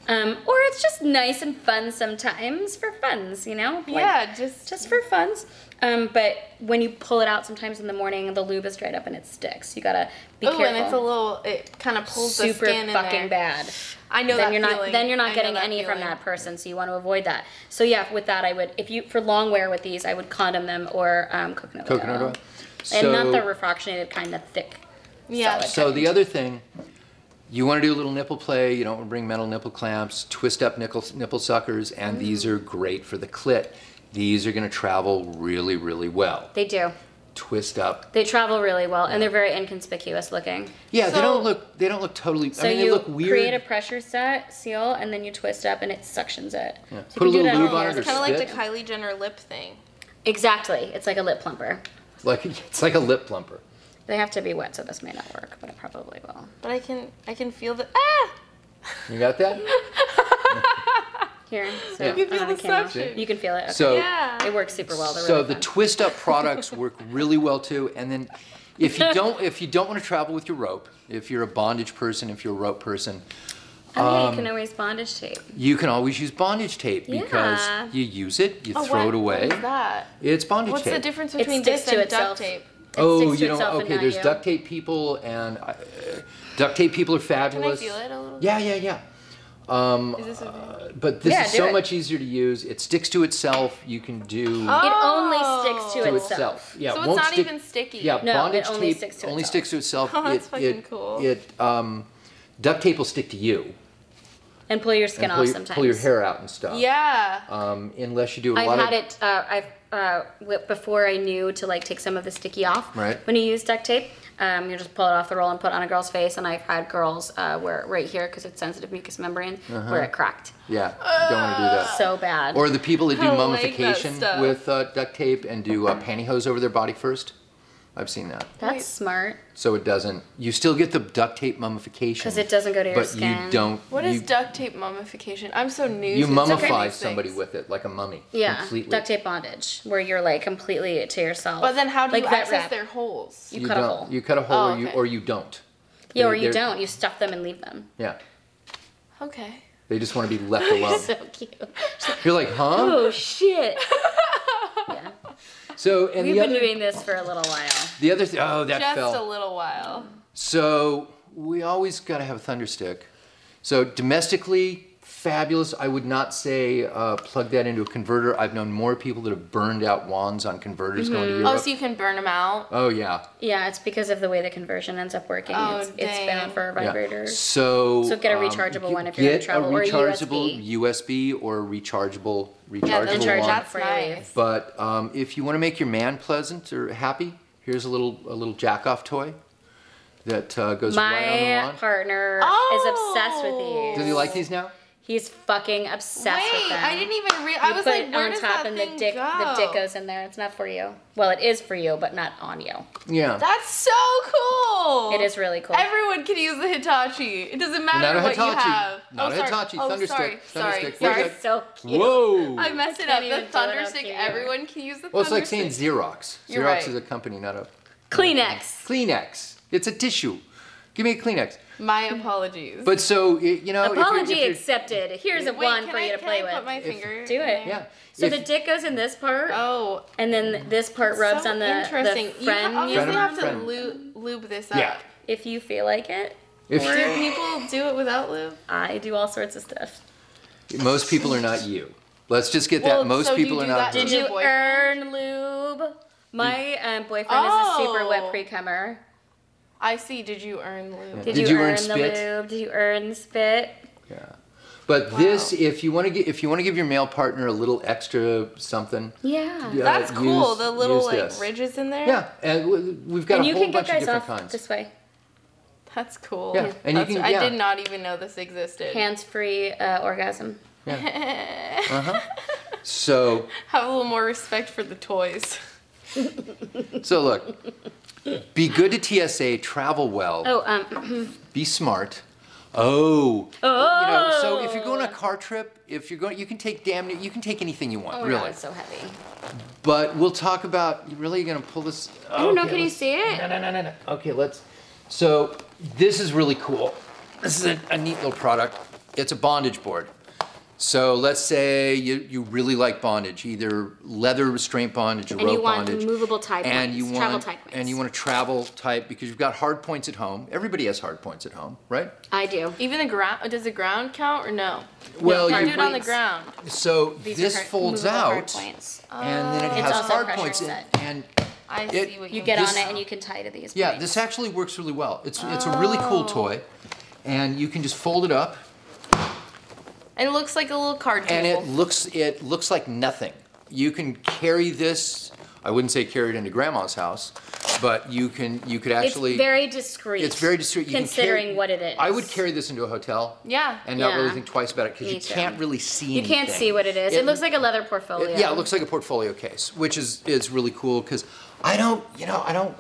Speaker 3: Um, or it's just nice and fun sometimes for funs, you know? Like,
Speaker 4: yeah, just
Speaker 3: Just for funs. Um, but when you pull it out sometimes in the morning, the lube is dried up and it sticks. You gotta be
Speaker 4: oh,
Speaker 3: careful.
Speaker 4: and it's a little. It kind of pulls the
Speaker 3: super
Speaker 4: skin in
Speaker 3: fucking
Speaker 4: there.
Speaker 3: bad.
Speaker 4: I know
Speaker 3: then
Speaker 4: that
Speaker 3: you're not
Speaker 4: feeling.
Speaker 3: then you're
Speaker 4: I
Speaker 3: not
Speaker 4: know
Speaker 3: getting
Speaker 4: that
Speaker 3: any from
Speaker 4: feeling.
Speaker 3: that person, so you want to avoid that. So yeah, with that I would if you for long wear with these, I would condom them or um, coconut oil.
Speaker 2: Coconut oil.
Speaker 3: And not the
Speaker 2: So-
Speaker 3: refractionated kind of thick.
Speaker 4: Yeah.
Speaker 3: solid
Speaker 2: So
Speaker 3: kind.
Speaker 2: the other thing, you want to do a little nipple play. You don't want to bring metal nipple clamps, twist up nickel, nipple suckers,
Speaker 3: Mm.
Speaker 2: and these are great for the clit. These are going to travel really, really well.
Speaker 3: They do.
Speaker 2: Twist up.
Speaker 3: They travel really well, and they're very inconspicuous looking.
Speaker 2: Yeah, they
Speaker 4: So-
Speaker 2: don't look. They don't look totally.
Speaker 3: So
Speaker 2: I mean, they
Speaker 3: you
Speaker 2: look weird.
Speaker 3: create a pressure set seal, and then you twist up, and it suctions it. Yeah.
Speaker 2: Put a little lube on
Speaker 4: Oh,
Speaker 2: it or
Speaker 4: it's kind of like the
Speaker 2: spit.
Speaker 4: Kylie Jenner lip thing.
Speaker 3: Exactly. It's like a lip plumper.
Speaker 2: like it's like a lip plumper.
Speaker 3: They have to be wet, so this may not work, but it probably will.
Speaker 4: But I can I can feel the ah.
Speaker 2: You got that?
Speaker 3: Here, so
Speaker 2: Yeah. You
Speaker 4: can feel
Speaker 3: on
Speaker 4: the
Speaker 3: camera.
Speaker 4: suction.
Speaker 3: You can feel it. Okay.
Speaker 2: So
Speaker 4: Yeah.
Speaker 3: it works super well. They're
Speaker 2: so
Speaker 3: really
Speaker 2: the
Speaker 3: fun.
Speaker 2: twist up products work really well too and then if you don't if you don't want to travel with your rope if you're a bondage person if you're a rope person
Speaker 3: oh, yeah, you
Speaker 2: um,
Speaker 3: can always bondage tape.
Speaker 2: you can always use bondage tape because
Speaker 3: Yeah.
Speaker 2: you use it you
Speaker 4: Oh,
Speaker 2: throw it
Speaker 4: what-
Speaker 2: away
Speaker 4: What is that?
Speaker 2: it's bondage
Speaker 4: What's
Speaker 2: tape
Speaker 4: the difference
Speaker 3: It
Speaker 4: between
Speaker 3: sticks
Speaker 4: this
Speaker 3: to
Speaker 4: and
Speaker 3: itself.
Speaker 4: duct tape?
Speaker 2: oh
Speaker 3: sticks to
Speaker 2: you don't
Speaker 3: itself and
Speaker 2: okay
Speaker 3: not
Speaker 2: there's
Speaker 3: you.
Speaker 2: duct tape people and uh, duct tape people are
Speaker 4: Can I
Speaker 2: fabulous
Speaker 4: feel it a little?
Speaker 2: yeah uh, yeah yeah
Speaker 4: Is this a,
Speaker 2: but this
Speaker 3: Yeah,
Speaker 2: is
Speaker 3: do
Speaker 2: so
Speaker 3: it.
Speaker 2: much easier to use it sticks to itself you can do
Speaker 4: Oh,
Speaker 3: It only sticks to,
Speaker 2: to
Speaker 3: itself.
Speaker 2: itself yeah
Speaker 4: so
Speaker 2: it
Speaker 4: it's
Speaker 2: won't
Speaker 4: not
Speaker 2: stick-
Speaker 4: even sticky.
Speaker 2: Yeah,
Speaker 3: No, it
Speaker 2: bondage
Speaker 3: only
Speaker 2: tape
Speaker 3: sticks to
Speaker 2: only
Speaker 3: itself.
Speaker 2: sticks to itself.
Speaker 4: Oh, that's
Speaker 2: it,
Speaker 4: fucking
Speaker 2: it,
Speaker 4: cool.
Speaker 2: It um, duct tape will stick to you
Speaker 3: And pull your skin
Speaker 2: and pull
Speaker 3: off
Speaker 2: your,
Speaker 3: sometimes.
Speaker 2: pull your hair out and stuff.
Speaker 4: Yeah.
Speaker 2: Um, unless you do a
Speaker 3: I've
Speaker 2: lot
Speaker 3: had
Speaker 2: of
Speaker 3: it. Uh, I've uh, wi- before I knew to like take some of the sticky off.
Speaker 2: Right.
Speaker 3: When you use duct tape, um, you just pull it off the roll and put it on a girl's face. And I've had girls uh, where it- right here because it's sensitive mucus membrane where it cracked
Speaker 2: yeah. don't want to do that.
Speaker 3: so bad.
Speaker 2: Uh-huh. or the people that do
Speaker 4: I like that
Speaker 2: mummification
Speaker 4: stuff.
Speaker 2: with uh, duct tape and do uh, pantyhose over their body first. I've seen that.
Speaker 3: That's smart
Speaker 2: So it doesn't. You still get the duct tape mummification.
Speaker 3: because it doesn't go to your
Speaker 2: But
Speaker 3: skin.
Speaker 2: you don't.
Speaker 4: What is
Speaker 2: you,
Speaker 4: duct tape mummification? I'm so new.
Speaker 2: You
Speaker 4: to some of these
Speaker 2: mummify
Speaker 4: things.
Speaker 2: somebody with it like a mummy.
Speaker 3: Yeah,
Speaker 2: Completely.
Speaker 3: duct tape bondage where you're like completely to yourself.
Speaker 4: But then how do
Speaker 3: like
Speaker 4: you
Speaker 3: vet
Speaker 4: access
Speaker 3: wrap.
Speaker 4: their holes?
Speaker 3: You,
Speaker 2: You
Speaker 3: cut a
Speaker 2: don't-
Speaker 3: hole.
Speaker 2: You cut a hole,
Speaker 4: Oh,
Speaker 2: or you
Speaker 4: okay.
Speaker 2: or you don't.
Speaker 3: yeah, or
Speaker 2: they're-
Speaker 3: you
Speaker 2: they're-
Speaker 3: don't. You stuff them and leave them.
Speaker 2: Yeah.
Speaker 4: Okay.
Speaker 2: They just want to be left alone.
Speaker 3: So cute.
Speaker 2: You're like, huh?
Speaker 3: Oh shit. yeah.
Speaker 2: So and
Speaker 3: We've
Speaker 2: the
Speaker 3: been
Speaker 2: other
Speaker 3: doing this for a little while.
Speaker 2: the other thing. Oh, that
Speaker 4: Just
Speaker 2: fell.
Speaker 4: a little while.
Speaker 2: So we always got to have a thunder stick. So domestically, fabulous. I would not say uh, plug that into a converter. I've known more people that have burned out wands on converters going
Speaker 3: Mm-hmm.
Speaker 2: to Europe.
Speaker 4: Oh, so you can burn them out.
Speaker 2: oh yeah,
Speaker 3: Yeah, it's because of the way the conversion ends up working.
Speaker 4: Oh,
Speaker 3: it's, it's
Speaker 4: dang.
Speaker 3: bound for a
Speaker 2: yeah.
Speaker 3: vibrator.
Speaker 2: So
Speaker 3: So get a
Speaker 2: um,
Speaker 3: rechargeable
Speaker 2: you
Speaker 3: one if you're gonna
Speaker 2: get
Speaker 3: travel, or
Speaker 2: a
Speaker 3: a
Speaker 2: rechargeable
Speaker 3: USB.
Speaker 2: USB or a rechargeable rechargeable
Speaker 4: Yeah, those are-
Speaker 2: wand.
Speaker 4: that's
Speaker 3: Before you leave.
Speaker 4: nice.
Speaker 2: But um, if you want to make your man pleasant or happy, here's a little a little jack off toy that uh, goes right on the
Speaker 3: My
Speaker 2: wand.
Speaker 3: partner
Speaker 4: Oh.
Speaker 3: is obsessed with
Speaker 2: Do
Speaker 3: these.
Speaker 2: you like these now?
Speaker 3: He's fucking obsessed with
Speaker 4: Wait,
Speaker 3: them.
Speaker 4: I didn't even read.
Speaker 3: You
Speaker 4: I was
Speaker 3: put
Speaker 4: like,
Speaker 3: it
Speaker 4: where
Speaker 3: on
Speaker 4: does
Speaker 3: top
Speaker 4: that
Speaker 3: and
Speaker 4: thing
Speaker 3: the dick
Speaker 4: go?
Speaker 3: the dick goes in there. It's not for you. Well, it is for you, but not on you.
Speaker 2: Yeah.
Speaker 4: That's so cool.
Speaker 3: It is really cool.
Speaker 4: Everyone can use the Hitachi. It doesn't matter
Speaker 2: a
Speaker 4: what you
Speaker 2: Hitachi.
Speaker 4: have.
Speaker 2: Not
Speaker 4: oh,
Speaker 2: a
Speaker 4: sorry.
Speaker 2: Hitachi.
Speaker 4: Oh,
Speaker 2: Thunder
Speaker 4: sorry.
Speaker 2: stick. Thunder
Speaker 4: Sorry.
Speaker 2: stick.
Speaker 4: Sorry.
Speaker 2: Where's
Speaker 3: They're so cute.
Speaker 2: Whoa!
Speaker 4: I messed it
Speaker 3: Can't
Speaker 4: up.
Speaker 3: even do
Speaker 4: The
Speaker 3: it
Speaker 4: thunder
Speaker 3: up
Speaker 4: stick.
Speaker 3: here.
Speaker 4: Everyone can use the
Speaker 2: well, it's
Speaker 4: thunder
Speaker 2: like saying
Speaker 4: stick.
Speaker 2: Xerox. Xerox
Speaker 4: You're right.
Speaker 2: is a company, not a
Speaker 3: Kleenex.
Speaker 2: Kleenex. It's a tissue. Give me a Kleenex.
Speaker 4: My apologies.
Speaker 2: But so y- you know, Oh, if you're-
Speaker 3: Apology
Speaker 2: if you're-
Speaker 3: accepted. Here's a
Speaker 4: Wait,
Speaker 3: one
Speaker 4: can
Speaker 3: for
Speaker 4: I,
Speaker 3: you to
Speaker 4: can
Speaker 3: play
Speaker 4: I
Speaker 3: with.
Speaker 4: Put my
Speaker 2: If-
Speaker 4: finger.
Speaker 3: Do it.
Speaker 2: yeah.
Speaker 3: So
Speaker 2: If-
Speaker 3: the dick goes in this part,
Speaker 4: Oh,
Speaker 3: and then this part rubs
Speaker 4: so
Speaker 3: on the,
Speaker 4: interesting.
Speaker 3: the
Speaker 4: you ha-
Speaker 3: friend.
Speaker 4: obviously
Speaker 2: Frenum?
Speaker 4: have to
Speaker 2: Frenum.
Speaker 4: lube, lube this up.
Speaker 2: Yeah.
Speaker 3: if you feel like it.
Speaker 2: If
Speaker 4: Do people do it without lube?
Speaker 3: I do all sorts of stuff.
Speaker 2: most people are not you. Let's just get
Speaker 4: Well,
Speaker 2: that. Most
Speaker 4: so do you
Speaker 2: people are
Speaker 4: do
Speaker 2: not.
Speaker 4: that-
Speaker 2: you.
Speaker 3: Did
Speaker 4: Your
Speaker 3: you
Speaker 4: boyfriend?
Speaker 3: earn lube? My um, boyfriend is a super
Speaker 4: Oh.
Speaker 3: wet pre-cummer.
Speaker 4: I see. Did you earn lube?
Speaker 3: Did,
Speaker 2: Did
Speaker 3: you,
Speaker 2: you earn
Speaker 3: earn
Speaker 2: spit?
Speaker 3: the lube? Did you earn spit?
Speaker 2: Yeah. But this, if you want to get, if you want to give your male partner a little extra something,
Speaker 3: Yeah.
Speaker 2: Yeah.
Speaker 4: That's
Speaker 2: Uh,
Speaker 4: cool.
Speaker 2: use-
Speaker 4: the little
Speaker 2: use
Speaker 4: like
Speaker 2: this.
Speaker 4: ridges in there.
Speaker 2: yeah, and w- we've got
Speaker 3: And
Speaker 2: a
Speaker 3: you
Speaker 2: whole
Speaker 3: can get
Speaker 2: bunch of
Speaker 3: guys
Speaker 2: different
Speaker 3: off
Speaker 2: kinds.
Speaker 3: this way.
Speaker 4: That's cool.
Speaker 2: Yeah, and you
Speaker 4: That's-
Speaker 2: can-
Speaker 4: I
Speaker 2: yeah.
Speaker 4: did not even know this existed.
Speaker 3: Hands-free uh, orgasm.
Speaker 2: Uh-huh. So,
Speaker 4: Have a little more respect for the toys.
Speaker 2: so look, be good to TSA, travel well,
Speaker 3: Oh, um.
Speaker 2: be smart. Oh,
Speaker 3: Oh.
Speaker 2: you know, so if you're going on a car trip, if you're going, you can take damn near, you can take anything you want,
Speaker 3: Oh my God,
Speaker 2: really.
Speaker 3: it's so heavy.
Speaker 2: But we'll talk about. You really gonna pull this?
Speaker 3: I don't know. Can you see
Speaker 2: No,
Speaker 3: it?
Speaker 2: no, no, no, no. Okay, let's. So this is really cool. This is a, a neat little product. It's a bondage board. So let's say you, you really like bondage, either leather restraint bondage or
Speaker 3: And
Speaker 2: rope
Speaker 3: you want
Speaker 2: bondage,
Speaker 3: movable tie
Speaker 2: and
Speaker 3: points,
Speaker 2: you want
Speaker 3: travel tie points.
Speaker 2: and you want a travel type because you've got hard points at home. Everybody has hard points at home, right?
Speaker 3: I do.
Speaker 4: Even the ground does the ground count or no?
Speaker 2: Well,
Speaker 4: you
Speaker 2: Oh, you-
Speaker 4: do it on the
Speaker 3: points.
Speaker 4: ground.
Speaker 2: so
Speaker 3: These are
Speaker 2: this
Speaker 3: hard-
Speaker 2: folds
Speaker 3: movable hard
Speaker 2: out,
Speaker 3: points.
Speaker 2: and then it
Speaker 3: It's
Speaker 2: has
Speaker 3: also
Speaker 2: hard
Speaker 3: pressure
Speaker 2: points, in-
Speaker 3: set.
Speaker 2: and
Speaker 4: I
Speaker 2: It-
Speaker 4: see what
Speaker 3: You
Speaker 4: you,
Speaker 3: get
Speaker 2: This-
Speaker 3: on it and you can tie to these.
Speaker 2: Yeah,
Speaker 3: points.
Speaker 2: this actually works really well. It's it's a really
Speaker 3: Oh.
Speaker 2: cool toy, and you can just fold it up,
Speaker 4: And it looks like a little card
Speaker 2: and
Speaker 4: table.
Speaker 2: it looks it looks like nothing. You can carry this. I wouldn't say carry it into grandma's house, but you can you could actually.
Speaker 3: it's very discreet.
Speaker 2: it's very discreet. You can
Speaker 3: considering
Speaker 2: carry-
Speaker 3: what it is.
Speaker 2: I would carry this into a hotel.
Speaker 4: Yeah.
Speaker 2: And not really
Speaker 3: Yeah.
Speaker 2: think twice about it because
Speaker 3: Me
Speaker 2: you
Speaker 3: too.
Speaker 2: can't really see.
Speaker 3: You can't see what it is. It, looks like a leather
Speaker 4: Oh,
Speaker 3: portfolio.
Speaker 2: It- yeah, it looks like a portfolio case, which is is really cool because I don't, you know, I don't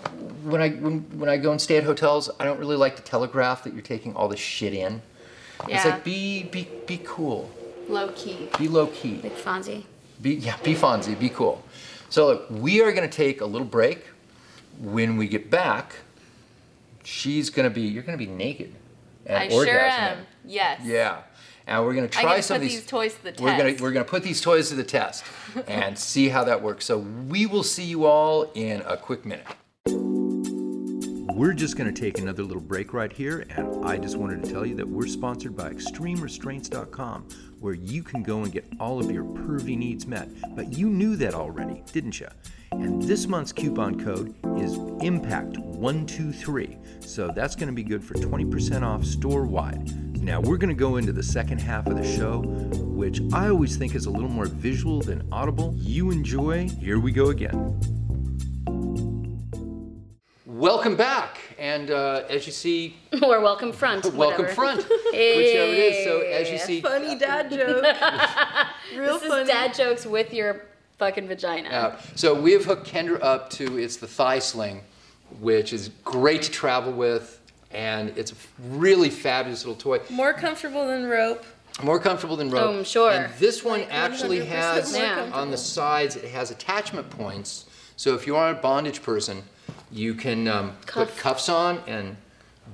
Speaker 2: when I when, when I go and stay at hotels, I don't really like to telegraph that you're taking all this shit in. It's
Speaker 4: Yeah.
Speaker 2: like be be be cool,
Speaker 4: Low key.
Speaker 2: be low key,
Speaker 3: like Fonzie.
Speaker 2: be yeah, be Fonzie, be cool. So look, we are gonna take a little break. When we get back, she's gonna be you're gonna be naked and
Speaker 4: I sure
Speaker 2: orgasming.
Speaker 4: am. Yes.
Speaker 2: Yeah. And we're gonna try
Speaker 4: I get to
Speaker 2: some
Speaker 4: put
Speaker 2: of
Speaker 4: these toys to the test.
Speaker 2: we're gonna we're gonna put these toys to the test and see how that works. So we will see you all in a quick minute.
Speaker 5: We're just going to take another little break right here, and I just wanted to tell you that we're sponsored by ExtremeRestraints.com, where you can go and get all of your pervy needs met. But you knew that already, didn't you? And this month's coupon code is IMPACT123, so that's going to be good for 20% off store wide. Now we're going to go into the second half of the show, which I always think is a little more visual than audible. You enjoy. Here we go again.
Speaker 2: Welcome back, and uh, as you see,
Speaker 3: or welcome front.
Speaker 2: welcome
Speaker 3: whatever.
Speaker 2: front, whichever it is. So as you
Speaker 3: Hey.
Speaker 2: see,
Speaker 4: funny dad joke. Real
Speaker 3: This is dad jokes with your fucking vagina.
Speaker 2: out. uh, So we have hooked Kendra up to it's the thigh sling, which is great to travel with, and it's a really fabulous little toy.
Speaker 4: More comfortable than rope.
Speaker 2: More comfortable than rope.
Speaker 3: Um, sure.
Speaker 2: And this one actually
Speaker 4: 100%
Speaker 2: has
Speaker 4: more
Speaker 3: Yeah.
Speaker 2: on the sides. It has attachment points. So if you are a bondage person, you can um, put
Speaker 3: Cuff.
Speaker 2: cuffs on and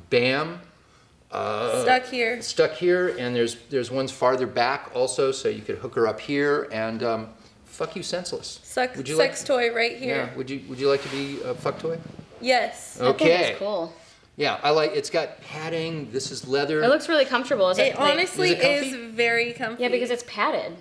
Speaker 2: bam, uh,
Speaker 4: Stuck here.
Speaker 2: stuck here, and there's there's ones farther back also, so you could hook her up here and um, fuck you senseless.
Speaker 4: Suck,
Speaker 2: Would you
Speaker 4: sex
Speaker 2: like-
Speaker 4: toy right
Speaker 2: Yeah.
Speaker 4: here.
Speaker 2: Would you Would you like to be a fuck toy? Oh.
Speaker 4: Yes.
Speaker 3: I think
Speaker 2: Okay.
Speaker 3: it's cool.
Speaker 2: Yeah, I like. It's got padding. This is leather.
Speaker 3: It looks really comfortable. Is
Speaker 4: It
Speaker 3: it, like-
Speaker 4: honestly
Speaker 2: Is it comfy?
Speaker 4: is very comfy.
Speaker 3: yeah, because it's padded.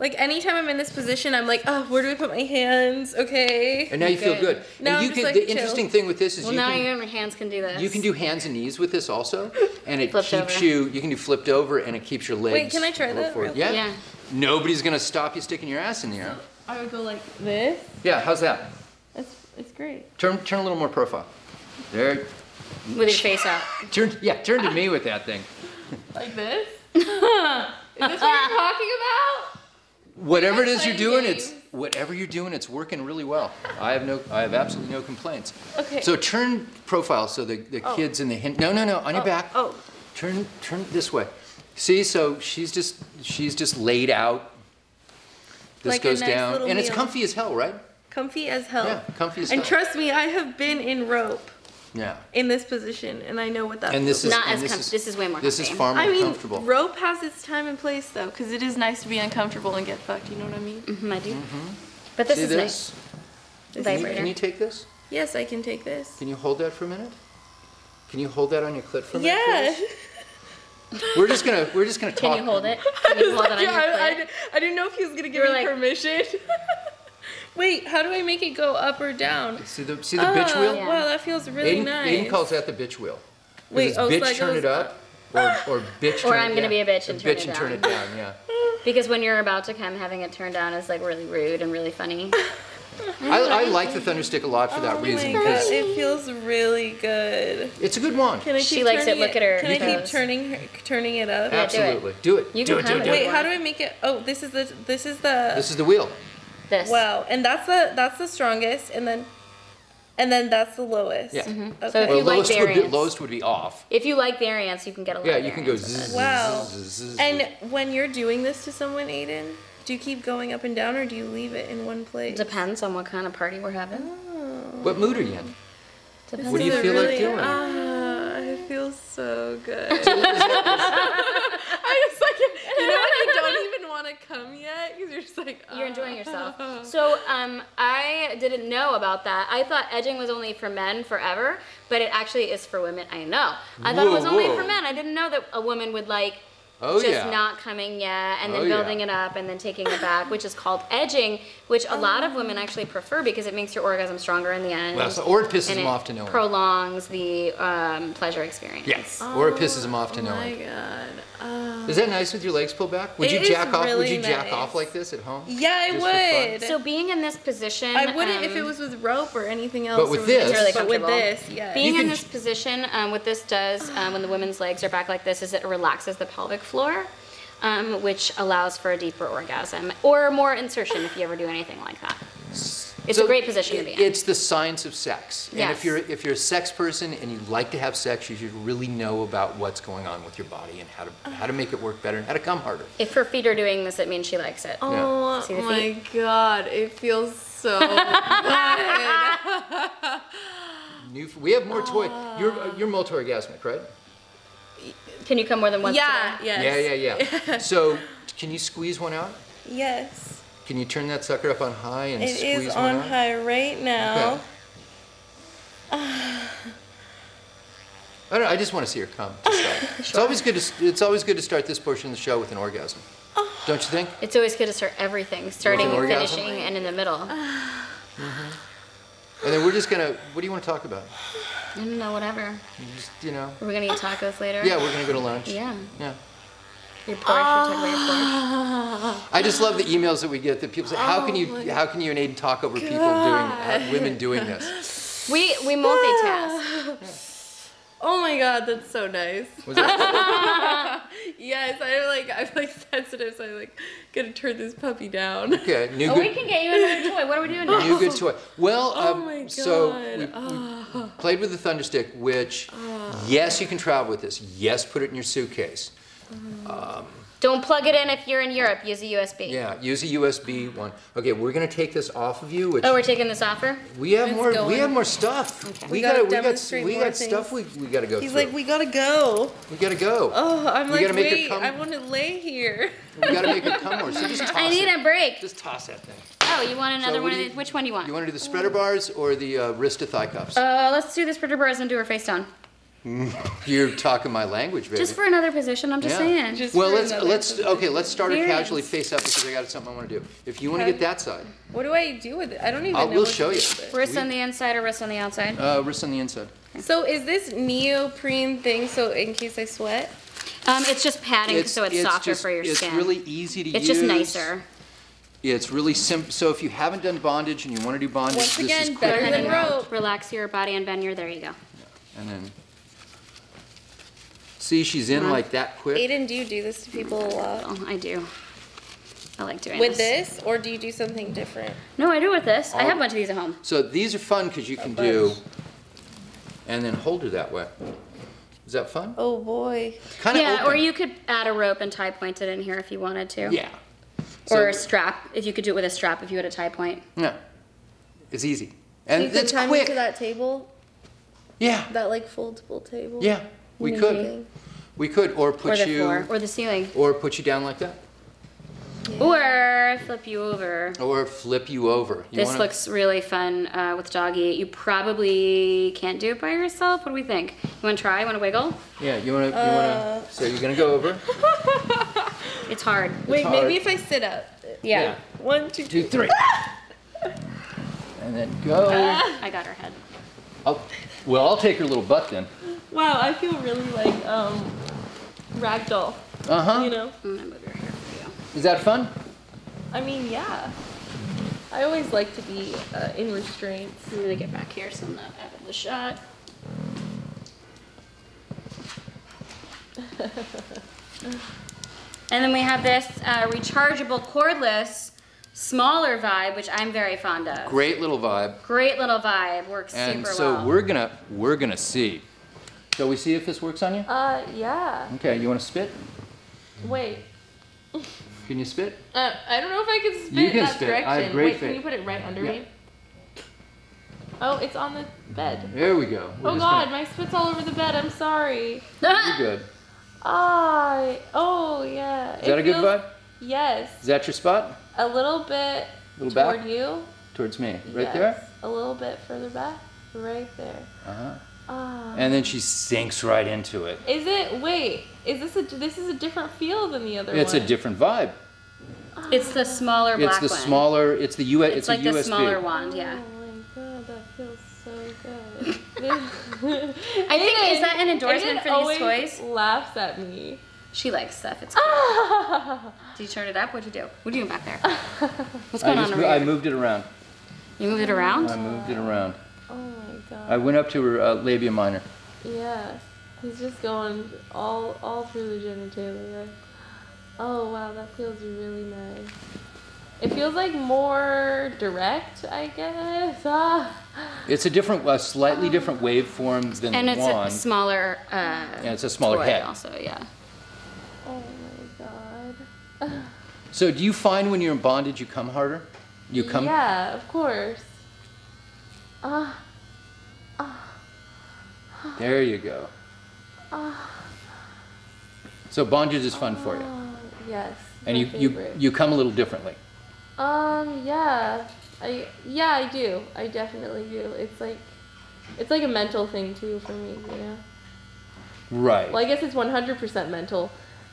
Speaker 4: like anytime I'm in this position, I'm like, oh, where do I put my hands? Okay.
Speaker 2: and now you feel
Speaker 3: good.
Speaker 2: good. and
Speaker 4: Now I'm
Speaker 2: you
Speaker 4: just
Speaker 2: can.
Speaker 4: like,
Speaker 2: the
Speaker 4: chill.
Speaker 2: interesting thing with this is
Speaker 3: Well,
Speaker 2: you
Speaker 3: now
Speaker 2: can.
Speaker 3: your hands can do this.
Speaker 2: you can do hands and knees with this also, and it
Speaker 3: Flipped
Speaker 2: keeps
Speaker 3: over.
Speaker 2: you. You can do flipped over, and it keeps your legs.
Speaker 4: can I try that
Speaker 2: forward.
Speaker 4: real
Speaker 2: Yeah.
Speaker 3: Yeah.
Speaker 2: Nobody's gonna stop you sticking your ass in the air.
Speaker 4: I would go like this.
Speaker 2: Yeah. How's that?
Speaker 4: That's it's great.
Speaker 2: Turn Turn a little more profile. There.
Speaker 3: with your face out.
Speaker 2: Turn. Yeah. Turn to me with that thing.
Speaker 4: Like this? is this what you're talking about?
Speaker 2: Whatever it
Speaker 4: You're
Speaker 2: is you're
Speaker 4: playing
Speaker 2: doing,
Speaker 4: games.
Speaker 2: it's whatever you're doing, it's working really well. I have no, I have absolutely no complaints.
Speaker 4: Okay.
Speaker 2: So turn profile so the, the
Speaker 3: Oh.
Speaker 2: kids in the hint. No, no, no, on your back.
Speaker 4: oh.
Speaker 2: Turn, turn this way. See, so she's just, she's just laid out. This
Speaker 4: Like a
Speaker 2: goes
Speaker 4: nice
Speaker 2: down,
Speaker 4: little
Speaker 2: and it's
Speaker 4: meal.
Speaker 2: comfy as hell, right?
Speaker 4: Comfy as
Speaker 3: Oh.
Speaker 4: hell.
Speaker 2: Yeah, comfy as
Speaker 4: and
Speaker 2: hell.
Speaker 4: trust me, I have been in rope
Speaker 2: Yeah.
Speaker 4: in this position, and I know what that.
Speaker 2: And
Speaker 4: feels
Speaker 2: this is
Speaker 3: Not
Speaker 2: and
Speaker 3: as
Speaker 2: this,
Speaker 3: com-
Speaker 2: is
Speaker 3: this is way more
Speaker 2: This is
Speaker 3: comfy.
Speaker 2: far more
Speaker 4: I mean,
Speaker 2: comfortable.
Speaker 4: rope has its time and place though, because it is nice to be uncomfortable and get fucked. You know what I mean?
Speaker 3: Mhm, I do. But
Speaker 2: Mm-hmm.
Speaker 3: this
Speaker 2: See
Speaker 3: is
Speaker 2: this?
Speaker 3: nice.
Speaker 2: Can you-
Speaker 3: Vibrator.
Speaker 2: can you take this?
Speaker 4: Yes, I can take this.
Speaker 2: Can you hold that for a minute? Can you hold that on your clit for a minute?
Speaker 4: Yeah.
Speaker 2: please? We're just gonna we're just gonna talk.
Speaker 3: Can you hold it? Can you hold it on
Speaker 4: yeah,
Speaker 3: your
Speaker 4: I,
Speaker 3: clit?
Speaker 4: I, I didn't know if he was gonna give
Speaker 3: were
Speaker 4: me
Speaker 3: like-
Speaker 4: permission. Wait, how do I make it go up or down? Ah,
Speaker 2: See the see the bitch wheel?
Speaker 3: Yeah.
Speaker 4: Wow, that feels Oh, really
Speaker 2: Aiden,
Speaker 4: nice.
Speaker 2: Aiden calls that the bitch wheel. 'Cause
Speaker 4: Wait,
Speaker 2: it's
Speaker 4: oh, so
Speaker 2: bitch
Speaker 4: that
Speaker 2: turn
Speaker 4: goes-
Speaker 2: it up, or, or bitch.
Speaker 3: Or
Speaker 2: turn
Speaker 3: I'm
Speaker 2: it
Speaker 3: gonna
Speaker 2: down.
Speaker 3: be a bitch and
Speaker 2: Or
Speaker 3: turn
Speaker 2: bitch
Speaker 3: it
Speaker 2: and turn it
Speaker 3: down.
Speaker 2: down. Yeah,
Speaker 3: Because when you're about to come, having it turned down is like really rude and really funny.
Speaker 2: I, I like the thunderstick a lot for that
Speaker 4: Oh
Speaker 2: reason
Speaker 4: my god,
Speaker 2: because
Speaker 4: it feels really good.
Speaker 2: it's a good wand.
Speaker 4: Can I keep
Speaker 3: She likes it,
Speaker 4: turning
Speaker 3: look at her
Speaker 4: Can I keep
Speaker 3: toes.
Speaker 4: turning her, turning it up?
Speaker 3: Yeah. do it.
Speaker 2: Absolutely, do it.
Speaker 3: You
Speaker 2: do
Speaker 3: can
Speaker 2: it. Do it.
Speaker 3: have it.
Speaker 2: Do it.
Speaker 4: Wait, how do I make it? Oh, this is the this is the
Speaker 2: This is the wheel.
Speaker 3: This.
Speaker 4: wow, and that's the that's the strongest, and then and then that's the lowest.
Speaker 2: Yeah.
Speaker 4: Okay.
Speaker 3: Mm-hmm. So if
Speaker 2: Well,
Speaker 3: you like
Speaker 2: lowest would be
Speaker 3: variants.
Speaker 2: lowest would be off.
Speaker 3: If you like variants, you can get a lot.
Speaker 2: Yeah,
Speaker 3: of
Speaker 2: you can go.
Speaker 3: variants with
Speaker 2: zzz,
Speaker 3: it.
Speaker 4: Wow.
Speaker 2: zzz, zzz, zzz.
Speaker 4: And when you're doing this to someone, Aiden, do you keep going up and down or do you leave it in one place?
Speaker 3: Depends on what kind of party we're having.
Speaker 2: what mood are you in?
Speaker 3: Depends
Speaker 2: What do you
Speaker 4: Is it
Speaker 2: feel like
Speaker 4: really-
Speaker 2: doing?
Speaker 4: Ah, I feel so good. I was like, you know what? I don't even want to come yet because you're just like oh
Speaker 3: You're enjoying yourself. So um, I didn't know about that. I thought edging was only for men forever, but it actually is for women. I know. I thought it
Speaker 2: Whoa,
Speaker 3: was only for
Speaker 2: whoa.
Speaker 3: men. I didn't know that a woman would like
Speaker 2: Oh,
Speaker 3: just
Speaker 2: yeah.
Speaker 3: not coming yet, and then
Speaker 2: Oh, yeah.
Speaker 3: building it up, and then taking it back, which is called edging, which a lot of women actually prefer because it makes your orgasm stronger in the end.
Speaker 2: Well, so- or it pisses
Speaker 3: and
Speaker 2: them
Speaker 3: it
Speaker 2: off to no end.
Speaker 3: Prolongs the um, pleasure experience.
Speaker 2: Yes. or it pisses them off to no
Speaker 4: my
Speaker 2: end.
Speaker 4: Oh god.
Speaker 2: Is that nice with your legs pulled back? Would
Speaker 4: It
Speaker 2: you
Speaker 4: is
Speaker 2: jack off? would
Speaker 4: really
Speaker 2: you jack
Speaker 4: nice.
Speaker 2: off like this at home?
Speaker 4: Yeah, I
Speaker 2: Just for fun?
Speaker 4: would.
Speaker 3: So being in this position,
Speaker 4: I wouldn't if
Speaker 3: um,
Speaker 4: it was with rope or anything else.
Speaker 2: with
Speaker 4: or
Speaker 2: this- It's really
Speaker 4: but with
Speaker 3: comfortable.
Speaker 4: this, yes.
Speaker 3: Being
Speaker 2: You
Speaker 3: in
Speaker 2: can
Speaker 3: this
Speaker 2: sh-
Speaker 3: position, um, what this does um, when the women's legs are back like this is it relaxes the pelvic floor, um, which allows for a deeper orgasm or more insertion if you ever do anything like that. It's a great position to be in.
Speaker 2: It's the science of sex. And if
Speaker 3: Yes.
Speaker 2: you're if you're a sex person and you like to have sex, you should really know about what's going on with your body and how to how to make it work better and how to come harder.
Speaker 3: If her feet are doing this, it means she likes it.
Speaker 4: Oh
Speaker 3: See the
Speaker 4: my god, it feels so good.
Speaker 2: New, we have more toy.
Speaker 3: Ah.
Speaker 2: You're you're multi-orgasmic, right?
Speaker 3: Can you come more than once?
Speaker 4: yeah,
Speaker 3: today?
Speaker 2: Yeah,
Speaker 4: yes.
Speaker 2: yeah, yeah. so can you squeeze one out?
Speaker 4: Yes.
Speaker 2: Can you turn that sucker up on high and
Speaker 4: It
Speaker 2: squeeze
Speaker 4: is
Speaker 2: one
Speaker 4: on
Speaker 2: out?
Speaker 4: high right now.
Speaker 2: Okay. I don't know. I just want to see her come. To start. It's always good. To, s- it's always good to start this portion of the show with an orgasm,
Speaker 3: Ah.
Speaker 2: don't you think?
Speaker 3: It's always good to start everything, starting,
Speaker 2: With an orgasm?
Speaker 3: finishing, and in the middle. I
Speaker 2: And then we're just gonna. What do you want to talk about?
Speaker 3: don't know, whatever.
Speaker 2: Just, you know.
Speaker 3: We're gonna eat tacos later.
Speaker 2: Yeah, we're gonna go to lunch.
Speaker 3: Yeah.
Speaker 2: Yeah.
Speaker 3: Your Porsche. talk about your Porsche.
Speaker 2: I just love the emails that we get that people say, "How can
Speaker 6: Oh,
Speaker 2: you? how can you and Aiden talk over people doing uh, women doing this?"
Speaker 3: We we multitask.
Speaker 4: Oh my god, that's so nice.
Speaker 2: Was it,
Speaker 4: Yes, I'm like I'm like sensitive, so I'm like gonna turn this puppy down.
Speaker 2: okay, new
Speaker 3: oh, we
Speaker 2: good,
Speaker 3: can get you another toy. What are we doing now?
Speaker 2: new good toy. Well,
Speaker 4: Oh
Speaker 2: um,
Speaker 4: my
Speaker 2: so
Speaker 4: God.
Speaker 2: we, we
Speaker 6: Oh.
Speaker 2: played with the thunderstick, which yes, you can travel with this. Yes, put it in your suitcase. Um,
Speaker 3: Don't plug it in if you're in Europe. Use a USB.
Speaker 2: Yeah, use a USB one. Okay, we're gonna take this off of you, which
Speaker 3: Oh, we're taking this offer.
Speaker 2: we have
Speaker 6: it's
Speaker 2: more. We
Speaker 6: going.
Speaker 2: have more stuff.
Speaker 6: We
Speaker 2: got
Speaker 6: gotta
Speaker 2: we got
Speaker 6: demonstrate
Speaker 2: we
Speaker 6: more
Speaker 2: got stuff we, we gotta go
Speaker 6: He's
Speaker 2: through.
Speaker 6: like, we gotta go.
Speaker 2: we gotta go.
Speaker 6: Oh, I'm
Speaker 2: We
Speaker 6: like,
Speaker 2: gotta make her
Speaker 6: wait,
Speaker 2: come.
Speaker 6: I want to lay here.
Speaker 2: We gotta make it come more. So just toss
Speaker 3: I need
Speaker 2: it.
Speaker 3: a break.
Speaker 2: Just toss that thing.
Speaker 3: Oh, you want another
Speaker 2: what
Speaker 3: one?
Speaker 2: do
Speaker 3: of
Speaker 2: you-
Speaker 3: these? Which one do you want?
Speaker 2: You want to do the spreader bars or the uh, wrist to thigh cuffs?
Speaker 3: uh, let's do this for Deborah's and do her face down.
Speaker 2: You're talking my language, baby.
Speaker 3: Just for another position. I'm just
Speaker 2: Yeah.
Speaker 3: saying.
Speaker 6: Just
Speaker 2: well,
Speaker 6: for
Speaker 2: let's
Speaker 6: another
Speaker 2: let's okay. Let's start it
Speaker 3: Here it
Speaker 2: casually
Speaker 3: is.
Speaker 2: face up because I got something I want to do. If you want to
Speaker 6: Okay.
Speaker 2: get that side,
Speaker 6: What do I do with it? I don't even
Speaker 2: I'll-
Speaker 6: know.
Speaker 2: we'll
Speaker 6: what to
Speaker 2: show
Speaker 6: do
Speaker 2: you.
Speaker 6: with
Speaker 3: wrist on the inside or wrist on the outside.
Speaker 2: uh, wrist on the inside.
Speaker 6: it. So is this neoprene thing? So in case I sweat,
Speaker 3: Um, it's just padding, so it's, softer
Speaker 2: just-
Speaker 3: for your skin.
Speaker 2: It's really easy to
Speaker 3: It's
Speaker 2: use.
Speaker 3: just nicer.
Speaker 2: It's really simple. So if you haven't done bondage and you want to do bondage,
Speaker 6: Once
Speaker 2: this
Speaker 6: again,
Speaker 2: is quick.
Speaker 6: better
Speaker 3: And
Speaker 6: than
Speaker 3: then
Speaker 6: rope.
Speaker 3: relax your body and bend your. There you go.
Speaker 2: And then see, she's in like that quick.
Speaker 6: Aiden, do you do this to people a lot?
Speaker 3: Oh, I do. I like doing
Speaker 6: With this, or do you do something different?
Speaker 3: No, I do with this. I have
Speaker 2: Oh.
Speaker 3: a bunch of these at home.
Speaker 2: So these are fun because you can do, and then hold her that way. Is that fun?
Speaker 6: Oh boy.
Speaker 2: Kind of
Speaker 3: yeah,
Speaker 2: open.
Speaker 3: or you could add a rope and tie point it in here if you wanted to.
Speaker 2: Yeah.
Speaker 3: Or
Speaker 2: So-
Speaker 3: a strap, if you could do it with a strap if you had a tie point.
Speaker 2: No. It's easy. And
Speaker 6: you could
Speaker 2: it's
Speaker 6: time
Speaker 2: quick.
Speaker 6: to that table,
Speaker 2: Yeah.
Speaker 6: that like foldable table.
Speaker 2: Yeah. We could. We could. Or put
Speaker 3: Or the
Speaker 2: you
Speaker 3: floor. Or the ceiling.
Speaker 2: or put you down like that.
Speaker 3: Or flip you over.
Speaker 2: Or flip you over. You
Speaker 3: this
Speaker 2: wanna-
Speaker 3: looks really fun uh, with doggy. You probably can't do it by yourself. What do we think? You want to try? You want to wiggle?
Speaker 2: Yeah, you wanna you wanna
Speaker 3: Uh,
Speaker 2: so you're gonna go over.
Speaker 3: It's hard.
Speaker 6: Wait,
Speaker 2: It's hard.
Speaker 6: maybe if I sit up.
Speaker 3: Yeah.
Speaker 6: One, two,
Speaker 2: Two,
Speaker 6: three.
Speaker 2: three. and then go.
Speaker 3: I got her head.
Speaker 2: I'll, well, I'll take her little butt then.
Speaker 6: Wow, I feel really like um, ragdoll.
Speaker 2: Uh huh.
Speaker 6: You know?
Speaker 3: I'm gonna move your hair for you.
Speaker 2: Is that fun?
Speaker 6: I mean, yeah. I always like to be uh, in restraints.
Speaker 3: I'm gonna get back here so I'm not out of the shot. and then we have this uh, rechargeable cordless, smaller vibe, which I'm very fond of.
Speaker 2: Great little vibe.
Speaker 3: Great little vibe. Works
Speaker 2: And
Speaker 3: super
Speaker 2: so
Speaker 3: well.
Speaker 2: we're gonna we're gonna see. Shall we see if this works on you?
Speaker 6: Uh, yeah.
Speaker 2: Okay, you wanna spit?
Speaker 6: Wait.
Speaker 2: Can you spit?
Speaker 4: Uh, I don't know if I can spit
Speaker 2: You
Speaker 4: in
Speaker 2: can
Speaker 4: that
Speaker 2: spit. I
Speaker 4: direction.
Speaker 2: have great
Speaker 4: Wait,
Speaker 2: faith.
Speaker 4: can you put it right under
Speaker 2: Yeah.
Speaker 4: me? Oh, it's on the bed.
Speaker 2: There we go. We're
Speaker 4: oh
Speaker 2: just
Speaker 4: God,
Speaker 2: gonna-
Speaker 4: my spit's all over the bed. I'm sorry.
Speaker 2: You're good.
Speaker 4: Ah, oh yeah.
Speaker 2: Is that a good vibe? Is
Speaker 4: Yes,
Speaker 2: that your spot?
Speaker 4: a little bit
Speaker 2: Little back?
Speaker 4: toward you.
Speaker 2: Towards me, right
Speaker 4: Yes.
Speaker 2: there.
Speaker 4: A little bit further back. Right there.
Speaker 2: Uh-huh.
Speaker 4: Ah.
Speaker 2: And then she sinks right into it.
Speaker 4: Is it? Wait. Is this a? This is a different feel than the other
Speaker 2: It's
Speaker 4: one.
Speaker 2: a different vibe.
Speaker 3: it's the smaller black
Speaker 2: it's the
Speaker 3: one.
Speaker 2: smaller. It's the U. It's,
Speaker 3: It's, like
Speaker 2: a
Speaker 3: the
Speaker 2: USB.
Speaker 3: smaller wand, yeah.
Speaker 4: Oh my god, that feels so good.
Speaker 3: I think is that an endorsement
Speaker 4: Aiden
Speaker 3: for these
Speaker 4: always
Speaker 3: toys?
Speaker 4: Laughs at me. Oh
Speaker 3: She likes stuff. It's
Speaker 2: Ah!
Speaker 3: cool. Did you turn it up? What'd you do? What are you doing back there? What's
Speaker 2: I,
Speaker 3: going
Speaker 2: just,
Speaker 3: on
Speaker 2: mo-
Speaker 3: over
Speaker 2: I
Speaker 3: here?
Speaker 2: moved it around.
Speaker 3: You moved it around?
Speaker 2: I moved it around.
Speaker 4: Oh my god.
Speaker 2: I went up to her uh, labia minor.
Speaker 4: Yeah. He's just going all all through the genitalia. Oh wow, that feels really nice. It feels like more direct, I guess. Ah.
Speaker 2: It's a different, a slightly different waveform than
Speaker 3: and
Speaker 2: the
Speaker 3: it's
Speaker 2: wand.
Speaker 3: a smaller uh,
Speaker 2: and it's a smaller
Speaker 3: toy
Speaker 2: head.
Speaker 3: also yeah
Speaker 4: Oh my god.
Speaker 2: So, do you find when you're in bondage you come harder? You come.
Speaker 4: Yeah, of course. Ah,
Speaker 2: There you go.
Speaker 4: Ah.
Speaker 2: So bondage is fun for you,
Speaker 4: yes.
Speaker 2: and
Speaker 4: my
Speaker 2: you, you
Speaker 4: Oh, favorite.
Speaker 2: you come a little differently.
Speaker 4: Um, yeah. I yeah, I do. I definitely do. It's like it's like a mental thing too for me, you know.
Speaker 2: Right.
Speaker 4: Well, I guess it's 100% mental.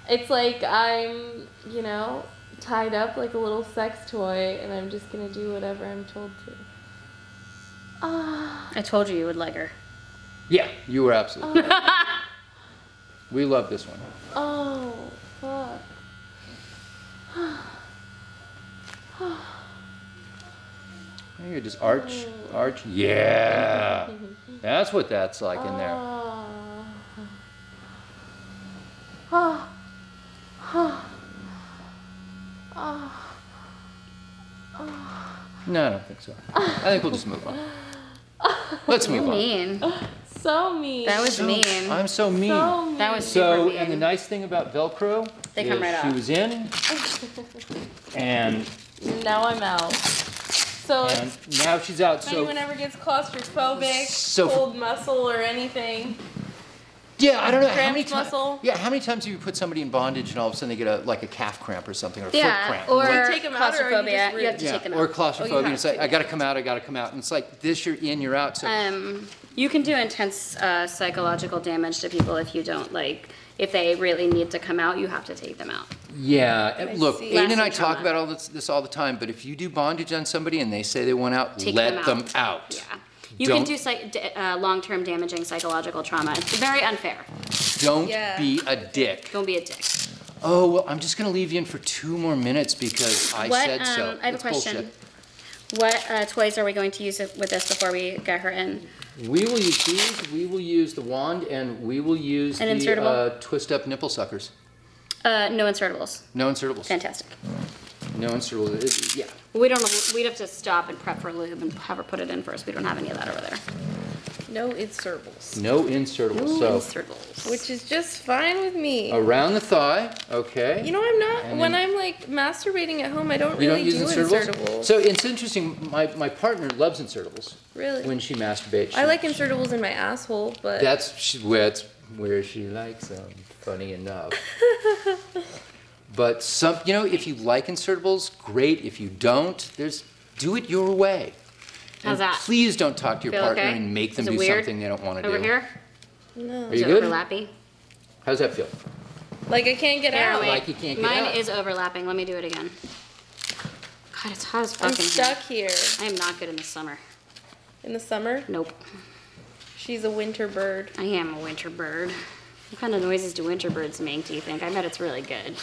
Speaker 4: It's like I'm, you know, tied up like a little sex toy and I'm just going to do whatever I'm told to. Ah,
Speaker 3: i told you you would like her
Speaker 2: yeah, you were absolutely. right. we love this one.
Speaker 4: oh, fuck.
Speaker 2: You just arch, arch. Yeah, that's what that's like in there.
Speaker 4: Ah. Ah. Ah. Ah.
Speaker 2: No, I don't think so. I think we'll just move on. Let's move on.
Speaker 3: mean
Speaker 4: So mean.
Speaker 3: that was
Speaker 2: So-
Speaker 3: mean
Speaker 2: I'm so mean.
Speaker 4: so mean.
Speaker 3: that was super
Speaker 2: So,
Speaker 3: mean
Speaker 2: and the nice thing about Velcro
Speaker 3: They come
Speaker 2: is
Speaker 3: right
Speaker 2: she
Speaker 3: off.
Speaker 2: was in, and
Speaker 7: Now I'm out. So if
Speaker 2: and now she's out. So
Speaker 7: anyone ever gets claustrophobic,
Speaker 2: So-
Speaker 7: cold muscle, or anything,
Speaker 2: yeah, I don't know how
Speaker 7: Cramped
Speaker 2: many times.
Speaker 7: muscle?
Speaker 2: Yeah, how many times have you put somebody in bondage and all of a sudden they get a like a calf cramp or something or a foot
Speaker 3: Yeah,
Speaker 2: cramp?
Speaker 3: or
Speaker 7: you take 'em out or are you
Speaker 3: claustrophobia.
Speaker 7: just
Speaker 3: You have to
Speaker 2: Yeah,
Speaker 3: take them out.
Speaker 2: or claustrophobia.
Speaker 7: have
Speaker 2: it's like
Speaker 7: to,
Speaker 2: I got to come out. I got to come out. And it's like this: you're in, you're out. So
Speaker 3: Um, you can do intense uh, psychological damage to people if you don't like. If they really need to come out, you have to take them out.
Speaker 2: yeah, and look,
Speaker 3: see.
Speaker 2: Aiden and I
Speaker 3: Lasting
Speaker 2: talk
Speaker 3: trauma.
Speaker 2: about all this, this all the time. But if you do bondage on somebody and they say they want out,
Speaker 3: Take
Speaker 2: let
Speaker 3: them out.
Speaker 2: out.
Speaker 3: Yeah. You
Speaker 2: Don't-
Speaker 3: can do psych- d- uh, long-term damaging psychological trauma. It's very unfair.
Speaker 2: Don't
Speaker 4: Yeah.
Speaker 2: be a dick.
Speaker 3: Don't be a dick.
Speaker 2: Oh well, I'm just gonna leave you in for two more minutes because I
Speaker 3: what?
Speaker 2: said
Speaker 3: um,
Speaker 2: so.
Speaker 3: I have
Speaker 2: It's
Speaker 3: a question.
Speaker 2: bullshit.
Speaker 3: What uh, toys are we going to use it- with this before we get her in?
Speaker 2: We will use these. We will use the wand, and we will use
Speaker 3: An
Speaker 2: the
Speaker 3: insertable?
Speaker 2: uh, twist-up nipple suckers.
Speaker 3: Uh, no insertables.
Speaker 2: No insertables.
Speaker 3: Fantastic.
Speaker 2: No insertables. It- yeah.
Speaker 3: We don't. We'd have to stop and prep for lube and have her put it in first. We don't have any of that over there.
Speaker 4: No insertables.
Speaker 2: No insertables.
Speaker 3: No
Speaker 2: so
Speaker 3: insertables.
Speaker 4: Which is just fine with me.
Speaker 2: around the thigh. Okay.
Speaker 4: You know, I'm not,
Speaker 2: And
Speaker 4: when
Speaker 2: then-
Speaker 4: I'm like masturbating at home, I don't
Speaker 2: You
Speaker 4: really
Speaker 2: don't use
Speaker 4: do
Speaker 2: insertables?
Speaker 4: insertables.
Speaker 2: So it's interesting. My, my partner loves insertables.
Speaker 4: Really?
Speaker 2: When she masturbates.
Speaker 4: I
Speaker 2: she-
Speaker 4: like insertables in my asshole, but
Speaker 2: That's she, where it's where she likes them. Funny enough. but some, you know, if you like insertables, great. If you don't, there's do it your way. and
Speaker 3: How's that?
Speaker 2: Please don't talk to your
Speaker 3: Feel
Speaker 2: partner
Speaker 3: okay?
Speaker 2: and make them
Speaker 3: Is it
Speaker 2: do
Speaker 3: weird?
Speaker 2: something they don't want to
Speaker 3: Over
Speaker 2: do.
Speaker 3: here?
Speaker 4: no.
Speaker 2: Are you
Speaker 3: Is it
Speaker 2: good?
Speaker 3: overlapping?
Speaker 2: How's that feel?
Speaker 4: Like I can't get
Speaker 3: Here,
Speaker 4: out.
Speaker 3: wait.
Speaker 2: Like you can't get
Speaker 3: Mine
Speaker 2: out.
Speaker 3: is overlapping. Let me do it again. God, it's hot as fuck
Speaker 4: I'm
Speaker 3: in here.
Speaker 4: stuck here.
Speaker 3: I am not good in the summer.
Speaker 4: In the summer,
Speaker 3: Nope.
Speaker 4: she's a winter bird.
Speaker 3: I am a winter bird. What kind of noises do winter birds make, do you think? I bet it's really good.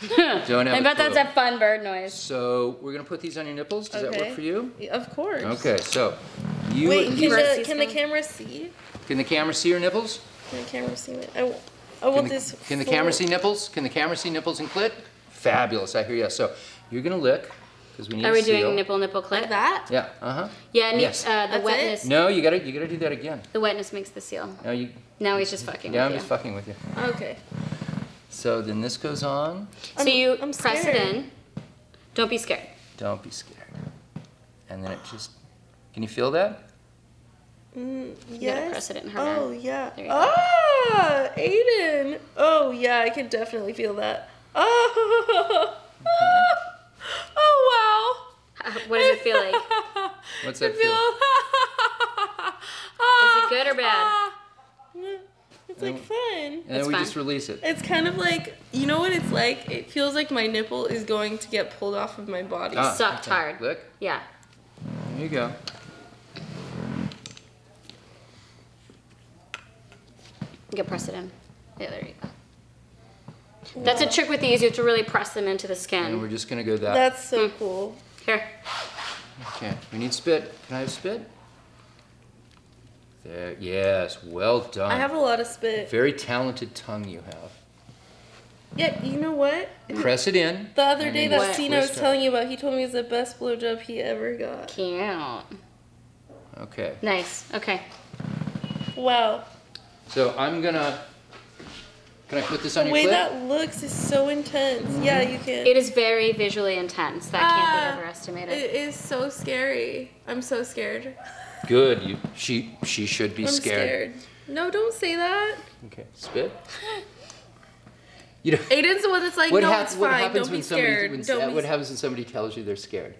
Speaker 2: Don't have
Speaker 3: I
Speaker 2: a
Speaker 3: bet that's
Speaker 2: clue.
Speaker 3: a fun bird noise.
Speaker 2: So we're gonna put these on your nipples. Does that
Speaker 4: Okay.
Speaker 2: work for you?
Speaker 4: Y- Of course.
Speaker 2: Okay. So you
Speaker 4: Wait,
Speaker 2: you-
Speaker 4: can
Speaker 3: Bird
Speaker 4: the,
Speaker 3: sees
Speaker 4: can the
Speaker 3: them.
Speaker 4: camera see?
Speaker 2: can the camera see your nipples?
Speaker 4: Can the camera see it? I, w- I want
Speaker 2: Can the,
Speaker 4: this.
Speaker 2: can the
Speaker 4: full-
Speaker 2: camera see nipples? Can the camera see nipples and clit? Fabulous, I hear you. So you're gonna lick because we need
Speaker 3: Are
Speaker 2: to
Speaker 3: we doing
Speaker 2: seal.
Speaker 3: nipple, nipple, clit?
Speaker 4: Like that?
Speaker 2: Yeah. Uh huh.
Speaker 3: Yeah, ne-
Speaker 2: Yes.
Speaker 3: uh, the
Speaker 4: it?
Speaker 3: wetness.
Speaker 2: No, you gotta you gotta do that again.
Speaker 3: The wetness makes the seal.
Speaker 2: No, you.
Speaker 3: Now he's just fucking
Speaker 2: Yeah, I'm
Speaker 3: with
Speaker 2: just
Speaker 3: you.
Speaker 2: fucking with you.
Speaker 4: Okay.
Speaker 2: So then this goes on.
Speaker 3: So you
Speaker 4: I'm
Speaker 3: press
Speaker 4: scared.
Speaker 3: it in. Don't be scared.
Speaker 2: Don't be scared. And then it just. Can you feel that?
Speaker 3: You gotta
Speaker 4: Mm, Yes.
Speaker 3: press it in harder.
Speaker 4: Oh yeah.
Speaker 3: There you go.
Speaker 4: Ah, Aiden. Oh yeah, I can definitely feel that. Ah. Oh. Oh wow.
Speaker 3: What does it feel like?
Speaker 2: What's that
Speaker 4: I feel. Ah.
Speaker 2: feel?
Speaker 3: Is it good or bad?
Speaker 4: It's
Speaker 2: Mm.
Speaker 4: like fun.
Speaker 2: And then
Speaker 3: It's
Speaker 2: we
Speaker 3: fine.
Speaker 2: just release it.
Speaker 4: It's kind of like you know what it's like. It feels like my nipple is going to get pulled off of my body.
Speaker 2: Ah,
Speaker 3: Sucked
Speaker 2: okay.
Speaker 3: hard.
Speaker 2: Lick.
Speaker 3: Yeah.
Speaker 2: There you go.
Speaker 3: You can press it in. Yeah, there you go. That's a trick with these. You have to really press them into the
Speaker 2: And
Speaker 3: skin.
Speaker 2: we're just gonna go that.
Speaker 4: That's so
Speaker 3: Hmm.
Speaker 4: cool.
Speaker 3: Here.
Speaker 2: Okay, we need spit. Can I have spit? There, yes, well done.
Speaker 4: I have a lot of spit.
Speaker 2: Very talented tongue you have.
Speaker 4: Yeah, you know what?
Speaker 2: Press it in.
Speaker 4: The other
Speaker 2: And
Speaker 4: day
Speaker 2: then you
Speaker 4: that scene I was
Speaker 2: twist it.
Speaker 4: telling you about, he told me it was the best blowjob he ever got.
Speaker 3: Cute.
Speaker 2: Okay,
Speaker 3: Nice. Okay.
Speaker 4: Wow.
Speaker 2: so I'm gonna. Can I put this on
Speaker 4: The
Speaker 2: your
Speaker 4: way
Speaker 2: clit?
Speaker 4: that looks is so intense. Yeah, you can.
Speaker 3: It is very visually intense. That can't
Speaker 4: Ah.
Speaker 3: be overestimated.
Speaker 4: It is so scary. I'm so scared.
Speaker 2: Good. You. She. She should be
Speaker 4: I'm
Speaker 2: scared.
Speaker 4: scared. No, don't say that.
Speaker 2: Okay. Spit. You know.
Speaker 4: Aiden's the one that's like,
Speaker 2: What,
Speaker 4: no,
Speaker 2: hap-
Speaker 4: it's
Speaker 2: what
Speaker 4: fine.
Speaker 2: happens
Speaker 4: Don't
Speaker 2: when
Speaker 4: be
Speaker 2: somebody
Speaker 4: scared.
Speaker 2: when,
Speaker 4: don't
Speaker 2: uh,
Speaker 4: be
Speaker 2: what happens when somebody tells you they're scared?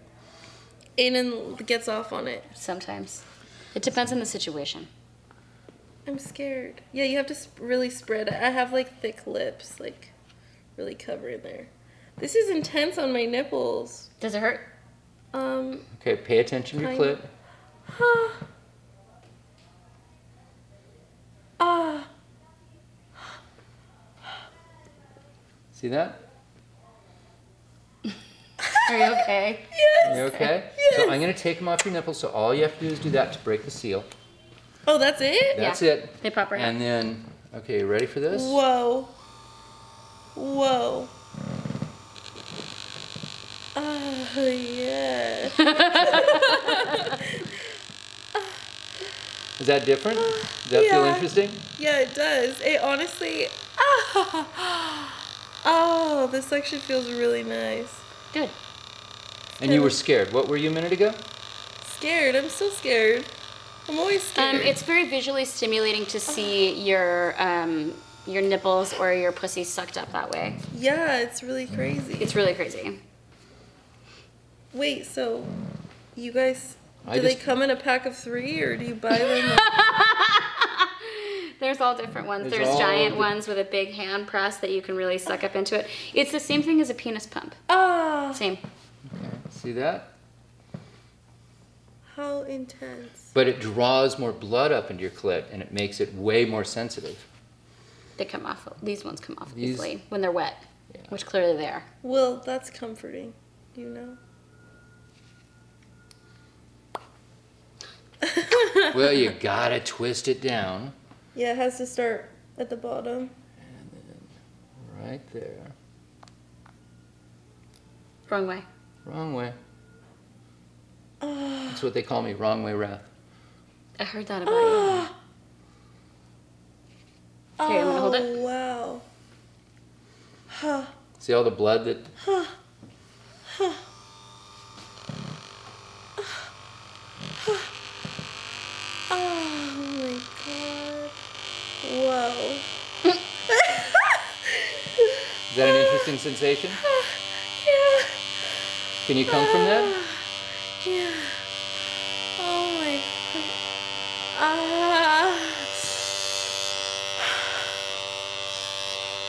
Speaker 4: Aiden gets off on it.
Speaker 3: Sometimes. It depends on the situation.
Speaker 4: I'm scared. Yeah, you have to sp- really spread. it. I have like thick lips, like really covering there. This is intense on my nipples.
Speaker 3: Does it hurt?
Speaker 4: Um,
Speaker 2: Okay. Pay attention to your
Speaker 4: Kind
Speaker 2: clit.
Speaker 4: of. huh. Ah,
Speaker 2: See that?
Speaker 3: Are you okay?
Speaker 2: You okay? So I'm gonna take them off your nipples. So all you have to do is do that to break the seal.
Speaker 4: oh, that's it?
Speaker 2: That's
Speaker 3: Yeah.
Speaker 2: it.
Speaker 3: They pop right
Speaker 2: And then, okay, you ready for this?
Speaker 4: Whoa. Whoa. Oh, yeah.
Speaker 2: Is that different? Does that feel
Speaker 4: Yeah.
Speaker 2: interesting?
Speaker 4: Yeah, it does. It honestly. Ah, Oh, this section feels really nice.
Speaker 3: Good.
Speaker 2: And you were scared. What were you a minute ago?
Speaker 4: Scared. I'm still scared. I'm always scared.
Speaker 3: Um, it's very visually stimulating to see your um, your nipples or your pussy sucked up that way.
Speaker 4: yeah, it's really crazy.
Speaker 3: It's really crazy.
Speaker 4: Wait, so you guys do
Speaker 2: I
Speaker 4: they
Speaker 2: just-
Speaker 4: come in a pack of three or do you buy them?
Speaker 3: There's all different ones.
Speaker 2: There's
Speaker 3: There's,
Speaker 2: all
Speaker 3: giant
Speaker 2: di-
Speaker 3: ones with a big hand press that you can really suck up into it. It's the same thing as a penis pump.
Speaker 4: Ah,
Speaker 3: Same.
Speaker 2: See that?
Speaker 4: how intense.
Speaker 2: But it draws more blood up into your clit and it makes it way more sensitive.
Speaker 3: They come off. These ones come off
Speaker 2: These-
Speaker 3: easily when they're wet,
Speaker 2: Yeah.
Speaker 3: which clearly they are.
Speaker 4: Well, that's comforting, you know.
Speaker 2: well, you gotta twist it down
Speaker 4: Yeah, it has to start at the bottom.
Speaker 2: right there.
Speaker 3: Wrong way.
Speaker 2: Wrong way. That's what they call me, wrong way wrath.
Speaker 3: I heard that about you. Okay, I'm gonna hold it.
Speaker 4: Oh, wow. Huh.
Speaker 2: See all the blood that.
Speaker 4: Oh my god. Whoa.
Speaker 2: Is that an interesting sensation?
Speaker 4: Yeah.
Speaker 2: Can you come from that?
Speaker 4: Yeah. Oh my god.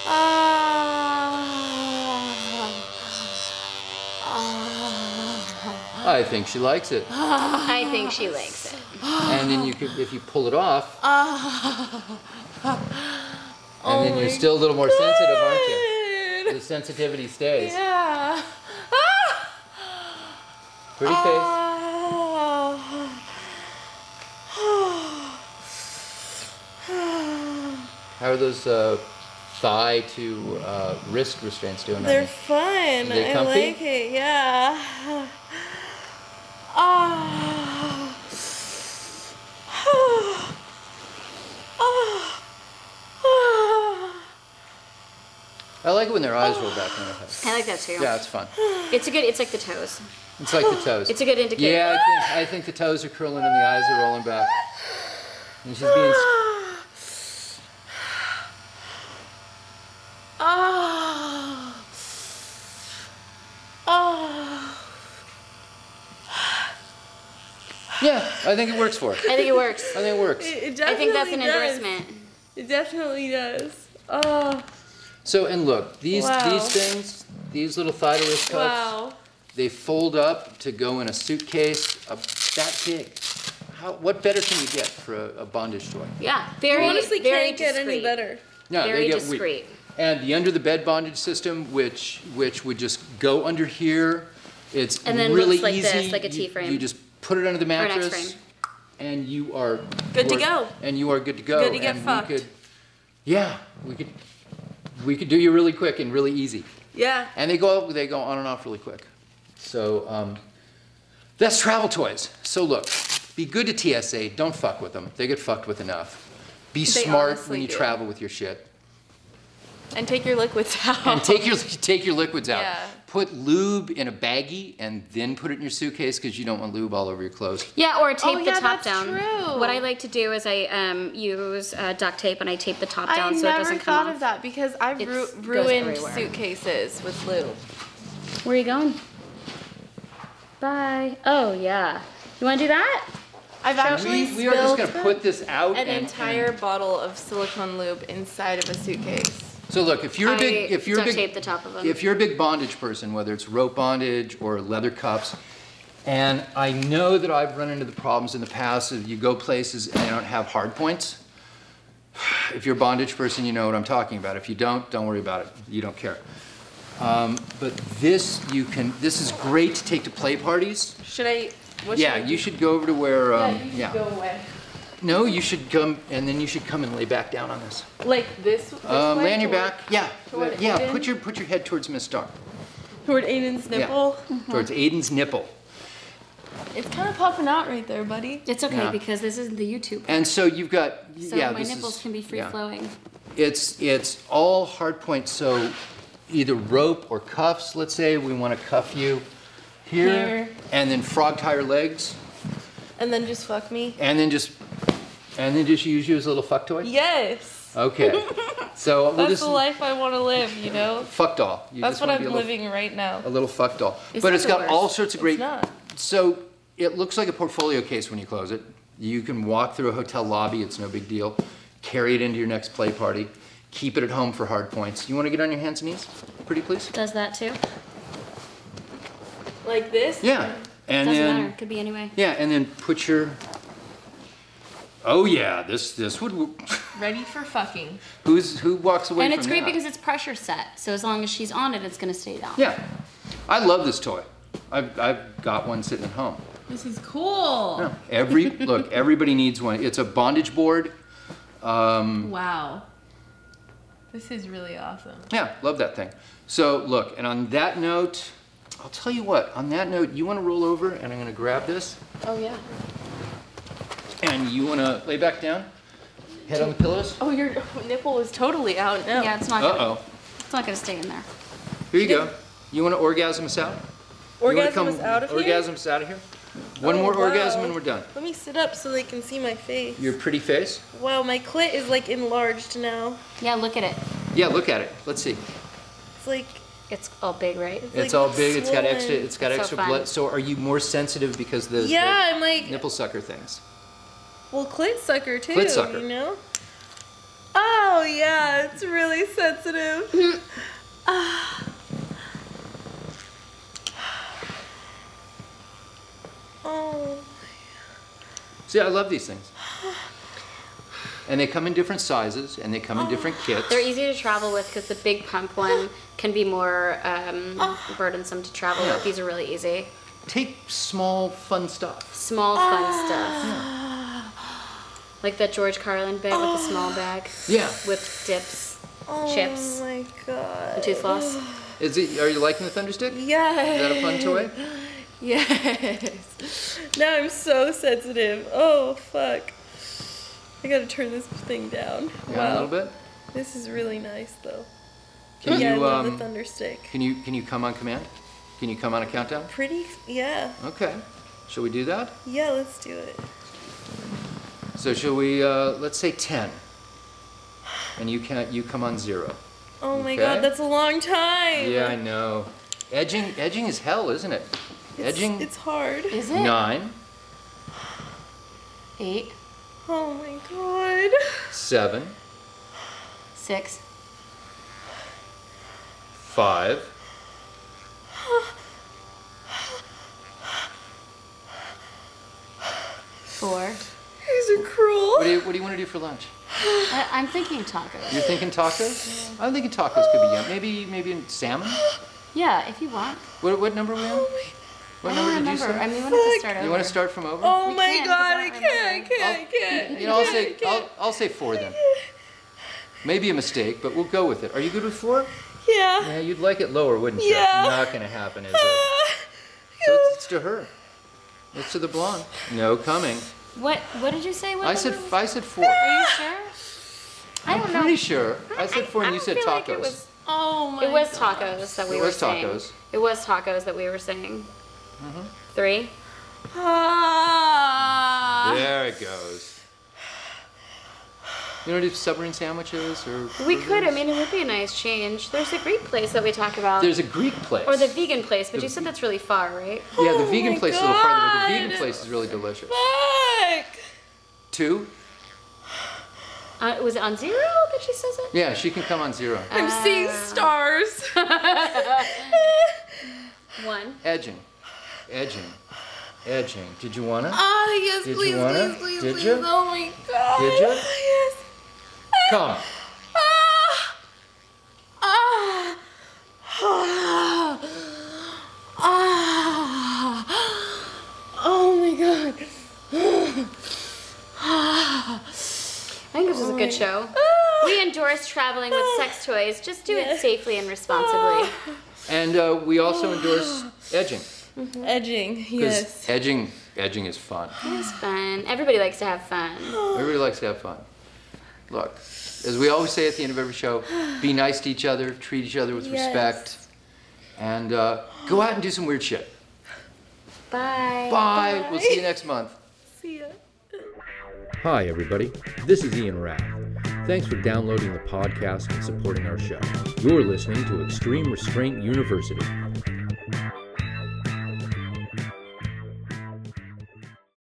Speaker 4: Ah. Ah.
Speaker 2: I think she likes it.
Speaker 3: I think she likes it.
Speaker 2: And then you could, if you pull it off.
Speaker 4: Ah.
Speaker 2: And then you're still a little more sensitive, aren't you? The sensitivity stays.
Speaker 4: Yeah.
Speaker 2: Pretty face.
Speaker 4: Ah.
Speaker 2: How are those uh, thigh to uh, wrist restraints doing? on
Speaker 4: They're
Speaker 2: you?
Speaker 4: fun.
Speaker 2: They
Speaker 4: I
Speaker 2: comfy?
Speaker 4: like it. Yeah. Ah. Ah. Ah. Ah.
Speaker 2: I like it when their eyes roll back in their head.
Speaker 3: I like that too.
Speaker 2: Yeah, it's fun.
Speaker 3: It's a good. It's like the toes.
Speaker 2: It's like the toes.
Speaker 3: It's a good indicator.
Speaker 2: yeah, I think, I think the toes are curling and the eyes are rolling back. And she's being. s-
Speaker 4: Ah. Ah.
Speaker 2: Yeah, I think it works for her.
Speaker 3: I think it works.
Speaker 2: I think it works.
Speaker 4: It, it
Speaker 3: I think that's an
Speaker 4: definitely does.
Speaker 3: endorsement.
Speaker 4: It definitely does. Oh,
Speaker 2: So and look, these
Speaker 4: Wow.
Speaker 2: these things, these little thigh to wrist cuffs,
Speaker 4: wow.
Speaker 2: they fold up to go in a suitcase uh, that big. How, what better can you get for a, a bondage toy?
Speaker 3: Yeah. Very.
Speaker 4: Honestly,
Speaker 3: very
Speaker 4: can't get any
Speaker 3: discreet.
Speaker 4: better.
Speaker 2: No,
Speaker 3: Very
Speaker 2: they get weak.
Speaker 3: discreet.
Speaker 2: And the under the bed bondage system, which which would just go under here, it's
Speaker 3: And then
Speaker 2: really
Speaker 3: looks like
Speaker 2: easy.
Speaker 3: this, like a
Speaker 2: You-
Speaker 3: T-frame.
Speaker 2: You just put it under the
Speaker 3: an
Speaker 2: mattress,
Speaker 3: X-frame.
Speaker 2: and you are
Speaker 4: Good to
Speaker 2: we're-
Speaker 4: go.
Speaker 2: And you are good to go.
Speaker 4: Good to get
Speaker 2: and
Speaker 4: fucked.
Speaker 2: We could, yeah, we could we could do you really quick and really easy.
Speaker 4: Yeah.
Speaker 2: And they go they go on and off really quick. So um, that's travel toys. So look, be good to TSA. Don't fuck with them. They get fucked with enough. Be smart
Speaker 4: honestly
Speaker 2: when you
Speaker 4: do.
Speaker 2: travel with your shit.
Speaker 4: And take your liquids out.
Speaker 2: And take your take your liquids out.
Speaker 4: Yeah.
Speaker 2: Put lube in a baggie and then put it in your suitcase because you don't want lube all over your clothes.
Speaker 3: Yeah, or tape
Speaker 4: Oh,
Speaker 3: the
Speaker 4: yeah,
Speaker 3: top
Speaker 4: that's
Speaker 3: down.
Speaker 4: true.
Speaker 3: What I like to do is I um, use uh, duct tape and I tape the top
Speaker 1: I
Speaker 3: down so it
Speaker 1: never
Speaker 3: doesn't
Speaker 1: thought
Speaker 3: come
Speaker 1: of
Speaker 3: off.
Speaker 1: that because I've
Speaker 3: It's-
Speaker 1: ru-
Speaker 3: goes
Speaker 1: ruined
Speaker 3: everywhere.
Speaker 1: suitcases with lube.
Speaker 3: Where are you going? Bye. Oh yeah. You want to do that?
Speaker 1: I've actually
Speaker 2: we, we are just
Speaker 1: spilled
Speaker 2: gonna put this out
Speaker 1: an
Speaker 2: and, and-
Speaker 1: entire bottle of silicone lube inside of a suitcase.
Speaker 2: so look, if you're a big
Speaker 3: I
Speaker 2: if you're a
Speaker 3: duct
Speaker 2: big
Speaker 3: tape the top of them.
Speaker 2: if you're a big bondage person, whether it's rope bondage or leather cups, and I know that I've run into the problems in the past of you go places and they don't have hard points. If you're a bondage person, you know what I'm talking about. If you don't, don't worry about it. You don't care. Um, but this you can. This is great to take to play parties.
Speaker 1: Should I? What
Speaker 2: yeah,
Speaker 1: should I
Speaker 2: you should go over to where. Um, yeah.
Speaker 1: away.
Speaker 2: No, you should come, and then you should come and lay back down on this.
Speaker 1: Like this. this
Speaker 2: Um,
Speaker 1: way
Speaker 2: lay on your
Speaker 1: toward-
Speaker 2: back. Yeah.
Speaker 1: toward
Speaker 2: yeah.
Speaker 1: Aiden?
Speaker 2: Put your put your head towards Miss Star.
Speaker 4: Toward Aiden's nipple. Mm-hmm.
Speaker 2: Towards Aiden's nipple.
Speaker 4: It's kind of popping out right there, buddy.
Speaker 3: it's okay
Speaker 2: Yeah.
Speaker 3: because this isn't the YouTube.
Speaker 2: And so you've got
Speaker 3: So
Speaker 2: yeah.
Speaker 3: my
Speaker 2: this
Speaker 3: nipples
Speaker 2: is-
Speaker 3: can be free
Speaker 2: yeah.
Speaker 3: flowing.
Speaker 2: It's it's all hard points. So either rope or cuffs. Let's say we want to cuff you here,
Speaker 4: Here.
Speaker 2: and then frog tie your legs,
Speaker 4: And then just fuck me.
Speaker 2: and then just and then just use you as a little fuck toy.
Speaker 4: Yes.
Speaker 2: Okay. So we'll
Speaker 4: That's
Speaker 2: just
Speaker 4: the life I want to live, you know?
Speaker 2: fuck doll. You
Speaker 4: That's
Speaker 2: just
Speaker 4: what
Speaker 2: wanna
Speaker 4: I'm
Speaker 2: be a little,
Speaker 4: living right now.
Speaker 2: A little fuck doll,
Speaker 3: It's
Speaker 2: but
Speaker 3: not
Speaker 2: it's
Speaker 3: the
Speaker 2: got
Speaker 3: worst.
Speaker 2: all sorts of great.
Speaker 4: It's not.
Speaker 2: So it looks like a portfolio case when you close it. You can walk through a hotel lobby, it's no big deal. Carry it into your next play party. Keep it at home for hard points. You want to get on your hands and knees? Pretty please?
Speaker 3: Does that too?
Speaker 4: Like this?
Speaker 2: Yeah. And
Speaker 3: Doesn't
Speaker 2: then
Speaker 3: matter. Could be anyway.
Speaker 2: yeah, and then put your Oh yeah, this this would
Speaker 4: Ready for fucking.
Speaker 2: who's who walks away
Speaker 3: And
Speaker 2: from
Speaker 3: it's great
Speaker 2: that?
Speaker 3: because it's pressure set. So as long as she's on it, it's going to stay down.
Speaker 2: Yeah. I love this toy. I've, I've got one sitting at home.
Speaker 4: This is
Speaker 3: Oh.
Speaker 4: cool.
Speaker 2: No, every look, everybody needs one. It's a bondage board.
Speaker 4: Wow. This is really awesome.
Speaker 2: Yeah, love that thing. So look, and on that note, I'll tell you what. On that note, you want to roll over, and I'm going to grab this,
Speaker 3: Oh yeah.
Speaker 2: and you want to lay back down, head on the pillows.
Speaker 4: Oh, your nipple is totally out now.
Speaker 3: Yeah, it's not.
Speaker 2: Uh
Speaker 3: Gonna,
Speaker 2: oh,
Speaker 3: it's not going to stay in there.
Speaker 2: here you go. You want to orgasm us out? You wanna
Speaker 4: Orgasm is
Speaker 2: come-
Speaker 4: out of
Speaker 2: Orgasm us out of here. One
Speaker 4: Oh,
Speaker 2: more orgasm,
Speaker 4: wow.
Speaker 2: and we're done.
Speaker 4: here. Let me sit up so they can see my face.
Speaker 2: Your pretty face.
Speaker 4: Wow, my clit is like enlarged now.
Speaker 3: Yeah, look at it.
Speaker 2: Yeah, look at it. Let's see.
Speaker 4: It's like
Speaker 3: It's all big, right?
Speaker 2: It's,
Speaker 4: like
Speaker 2: all big. It's got
Speaker 4: swollen.
Speaker 2: extra. It's got
Speaker 3: So
Speaker 2: extra
Speaker 3: fun.
Speaker 2: blood. So are you more sensitive because the, the
Speaker 4: yeah, I'm like
Speaker 2: nipple sucker things?
Speaker 4: well clit sucker too.
Speaker 2: Clit sucker.
Speaker 4: You know. Oh yeah, it's really sensitive. Ah. oh.
Speaker 2: See, I love these things. And they come in different sizes, and they come in different kits.
Speaker 3: They're easy to travel with because the big pump one can be more um,
Speaker 2: Ah.
Speaker 3: burdensome to travel with. These are really easy.
Speaker 2: Take small, fun stuff.
Speaker 3: Small,
Speaker 2: Ah.
Speaker 3: fun stuff. Like that George Carlin bag with the
Speaker 2: Ah.
Speaker 3: small bag
Speaker 2: Yeah.
Speaker 3: with dips,
Speaker 4: Oh
Speaker 3: chips,
Speaker 4: my god.
Speaker 3: and tooth floss.
Speaker 2: Is it? Are you liking the Thunderstick? Is
Speaker 4: Yes.
Speaker 2: that a fun toy?
Speaker 4: Yes. Now I'm so sensitive. Oh fuck. I gotta turn this thing down.
Speaker 2: Yeah,
Speaker 4: wow.
Speaker 2: a little bit.
Speaker 4: This is really nice though.
Speaker 2: Can
Speaker 4: yeah,
Speaker 2: you?
Speaker 4: I love
Speaker 2: um,
Speaker 4: the thunder stick.
Speaker 2: can you? Can you come on command? Can you come on a countdown?
Speaker 4: Pretty. Yeah.
Speaker 2: Okay. Shall we do that?
Speaker 4: Yeah. Let's do it.
Speaker 2: So shall we? Uh, let's say ten. And you can. You come on zero.
Speaker 4: Oh my
Speaker 2: Okay.
Speaker 4: god, that's a long time.
Speaker 2: Yeah, I know. Edging. Edging is hell, isn't it?
Speaker 4: It's-
Speaker 2: edging.
Speaker 4: It's hard.
Speaker 3: Is it?
Speaker 2: nine,
Speaker 3: Eight,
Speaker 4: Oh my god.
Speaker 2: seven,
Speaker 3: six,
Speaker 2: five,
Speaker 3: four.
Speaker 4: These are
Speaker 2: What do
Speaker 4: cruel.
Speaker 2: you, what do you want to do for lunch?
Speaker 3: I, I'm thinking tacos.
Speaker 2: You're thinking tacos? I'm thinking tacos could be yum. Maybe maybe salmon.
Speaker 3: Yeah, if you want.
Speaker 2: What, what number were we on?
Speaker 4: Oh
Speaker 2: What
Speaker 3: I
Speaker 2: number
Speaker 3: don't
Speaker 2: did you
Speaker 3: remember. I
Speaker 2: say?
Speaker 3: mean, we want to
Speaker 4: Fuck.
Speaker 3: start over.
Speaker 2: You want to start from over?
Speaker 4: Oh
Speaker 3: We
Speaker 4: my
Speaker 3: can't, 'cause
Speaker 4: god,
Speaker 3: I
Speaker 4: I
Speaker 3: don't
Speaker 4: can't, I can't, I
Speaker 2: I'll-
Speaker 4: can't.
Speaker 2: You know, I'll
Speaker 4: can't,
Speaker 2: say
Speaker 4: can't.
Speaker 2: I'll, I'll say four then. Maybe a mistake, but we'll go with it. Are you good with four?
Speaker 4: Yeah.
Speaker 2: Yeah, you'd like it lower, wouldn't you?
Speaker 4: Yeah.
Speaker 2: Not gonna happen, is it?
Speaker 4: Ah.
Speaker 2: So it's, it's to her. It's to the blonde. No coming.
Speaker 3: What What did you say? What
Speaker 2: I
Speaker 3: number
Speaker 2: said
Speaker 3: was-
Speaker 2: I said four.
Speaker 3: Are you sure? I don't know.
Speaker 2: Pretty sure. I said four and you
Speaker 3: I
Speaker 2: said
Speaker 3: feel like it
Speaker 2: tacos.
Speaker 3: was-
Speaker 4: Oh my
Speaker 3: It was tacos that we
Speaker 2: It
Speaker 3: were
Speaker 2: was
Speaker 3: saying.
Speaker 2: tacos. Mm-hmm.
Speaker 3: It was tacos that we were saying. Three.
Speaker 4: Ah.
Speaker 2: There it goes. You know, do submarine sandwiches or
Speaker 3: We could. I mean, it would be a nice change. There's a Greek place that we talk about,
Speaker 2: There's a Greek place.
Speaker 3: or the vegan place, but you said that's really far, right?
Speaker 2: yeah, the
Speaker 4: Oh
Speaker 2: vegan
Speaker 4: my
Speaker 2: place is a little farther, but the vegan
Speaker 4: God.
Speaker 2: place is really delicious.
Speaker 4: Fuck.
Speaker 2: Two?
Speaker 3: Uh, was it on zero that she says it?
Speaker 2: Yeah, she can come on zero.
Speaker 4: I'm seeing
Speaker 3: Ah.
Speaker 4: stars. Ah,
Speaker 3: One.
Speaker 2: Edging. Edging. Edging. Did you wanna?
Speaker 4: Ah, yes,
Speaker 2: Did you
Speaker 4: please,
Speaker 2: wanna?
Speaker 4: please, please,
Speaker 2: Did
Speaker 4: please.
Speaker 2: you?
Speaker 4: Oh my god.
Speaker 2: Did you?
Speaker 4: Yes.
Speaker 2: Come.
Speaker 4: Ah! Ah! Ah! Ah! Oh my god.
Speaker 3: I
Speaker 4: Ah!
Speaker 3: think this was a good show.
Speaker 4: Ah!
Speaker 3: We endorse traveling with sex toys. Just do it
Speaker 4: Yes.
Speaker 3: safely and responsibly.
Speaker 4: Ah.
Speaker 2: And uh, we also endorse edging.
Speaker 4: Edging,
Speaker 2: 'cause
Speaker 4: yes.
Speaker 2: Edging edging is fun.
Speaker 3: It was fun. Everybody likes to have fun.
Speaker 2: Everybody likes to have fun. look, as we always say at the end of every show, be nice to each other, treat each other with
Speaker 6: Yes.
Speaker 2: respect, and uh, go out and do some weird shit.
Speaker 3: Bye.
Speaker 2: Bye. We'll see you next month.
Speaker 6: See ya.
Speaker 5: Hi, everybody. This is Ian Rath. Thanks for downloading the podcast and supporting our show. You're listening to Extreme Restraint University.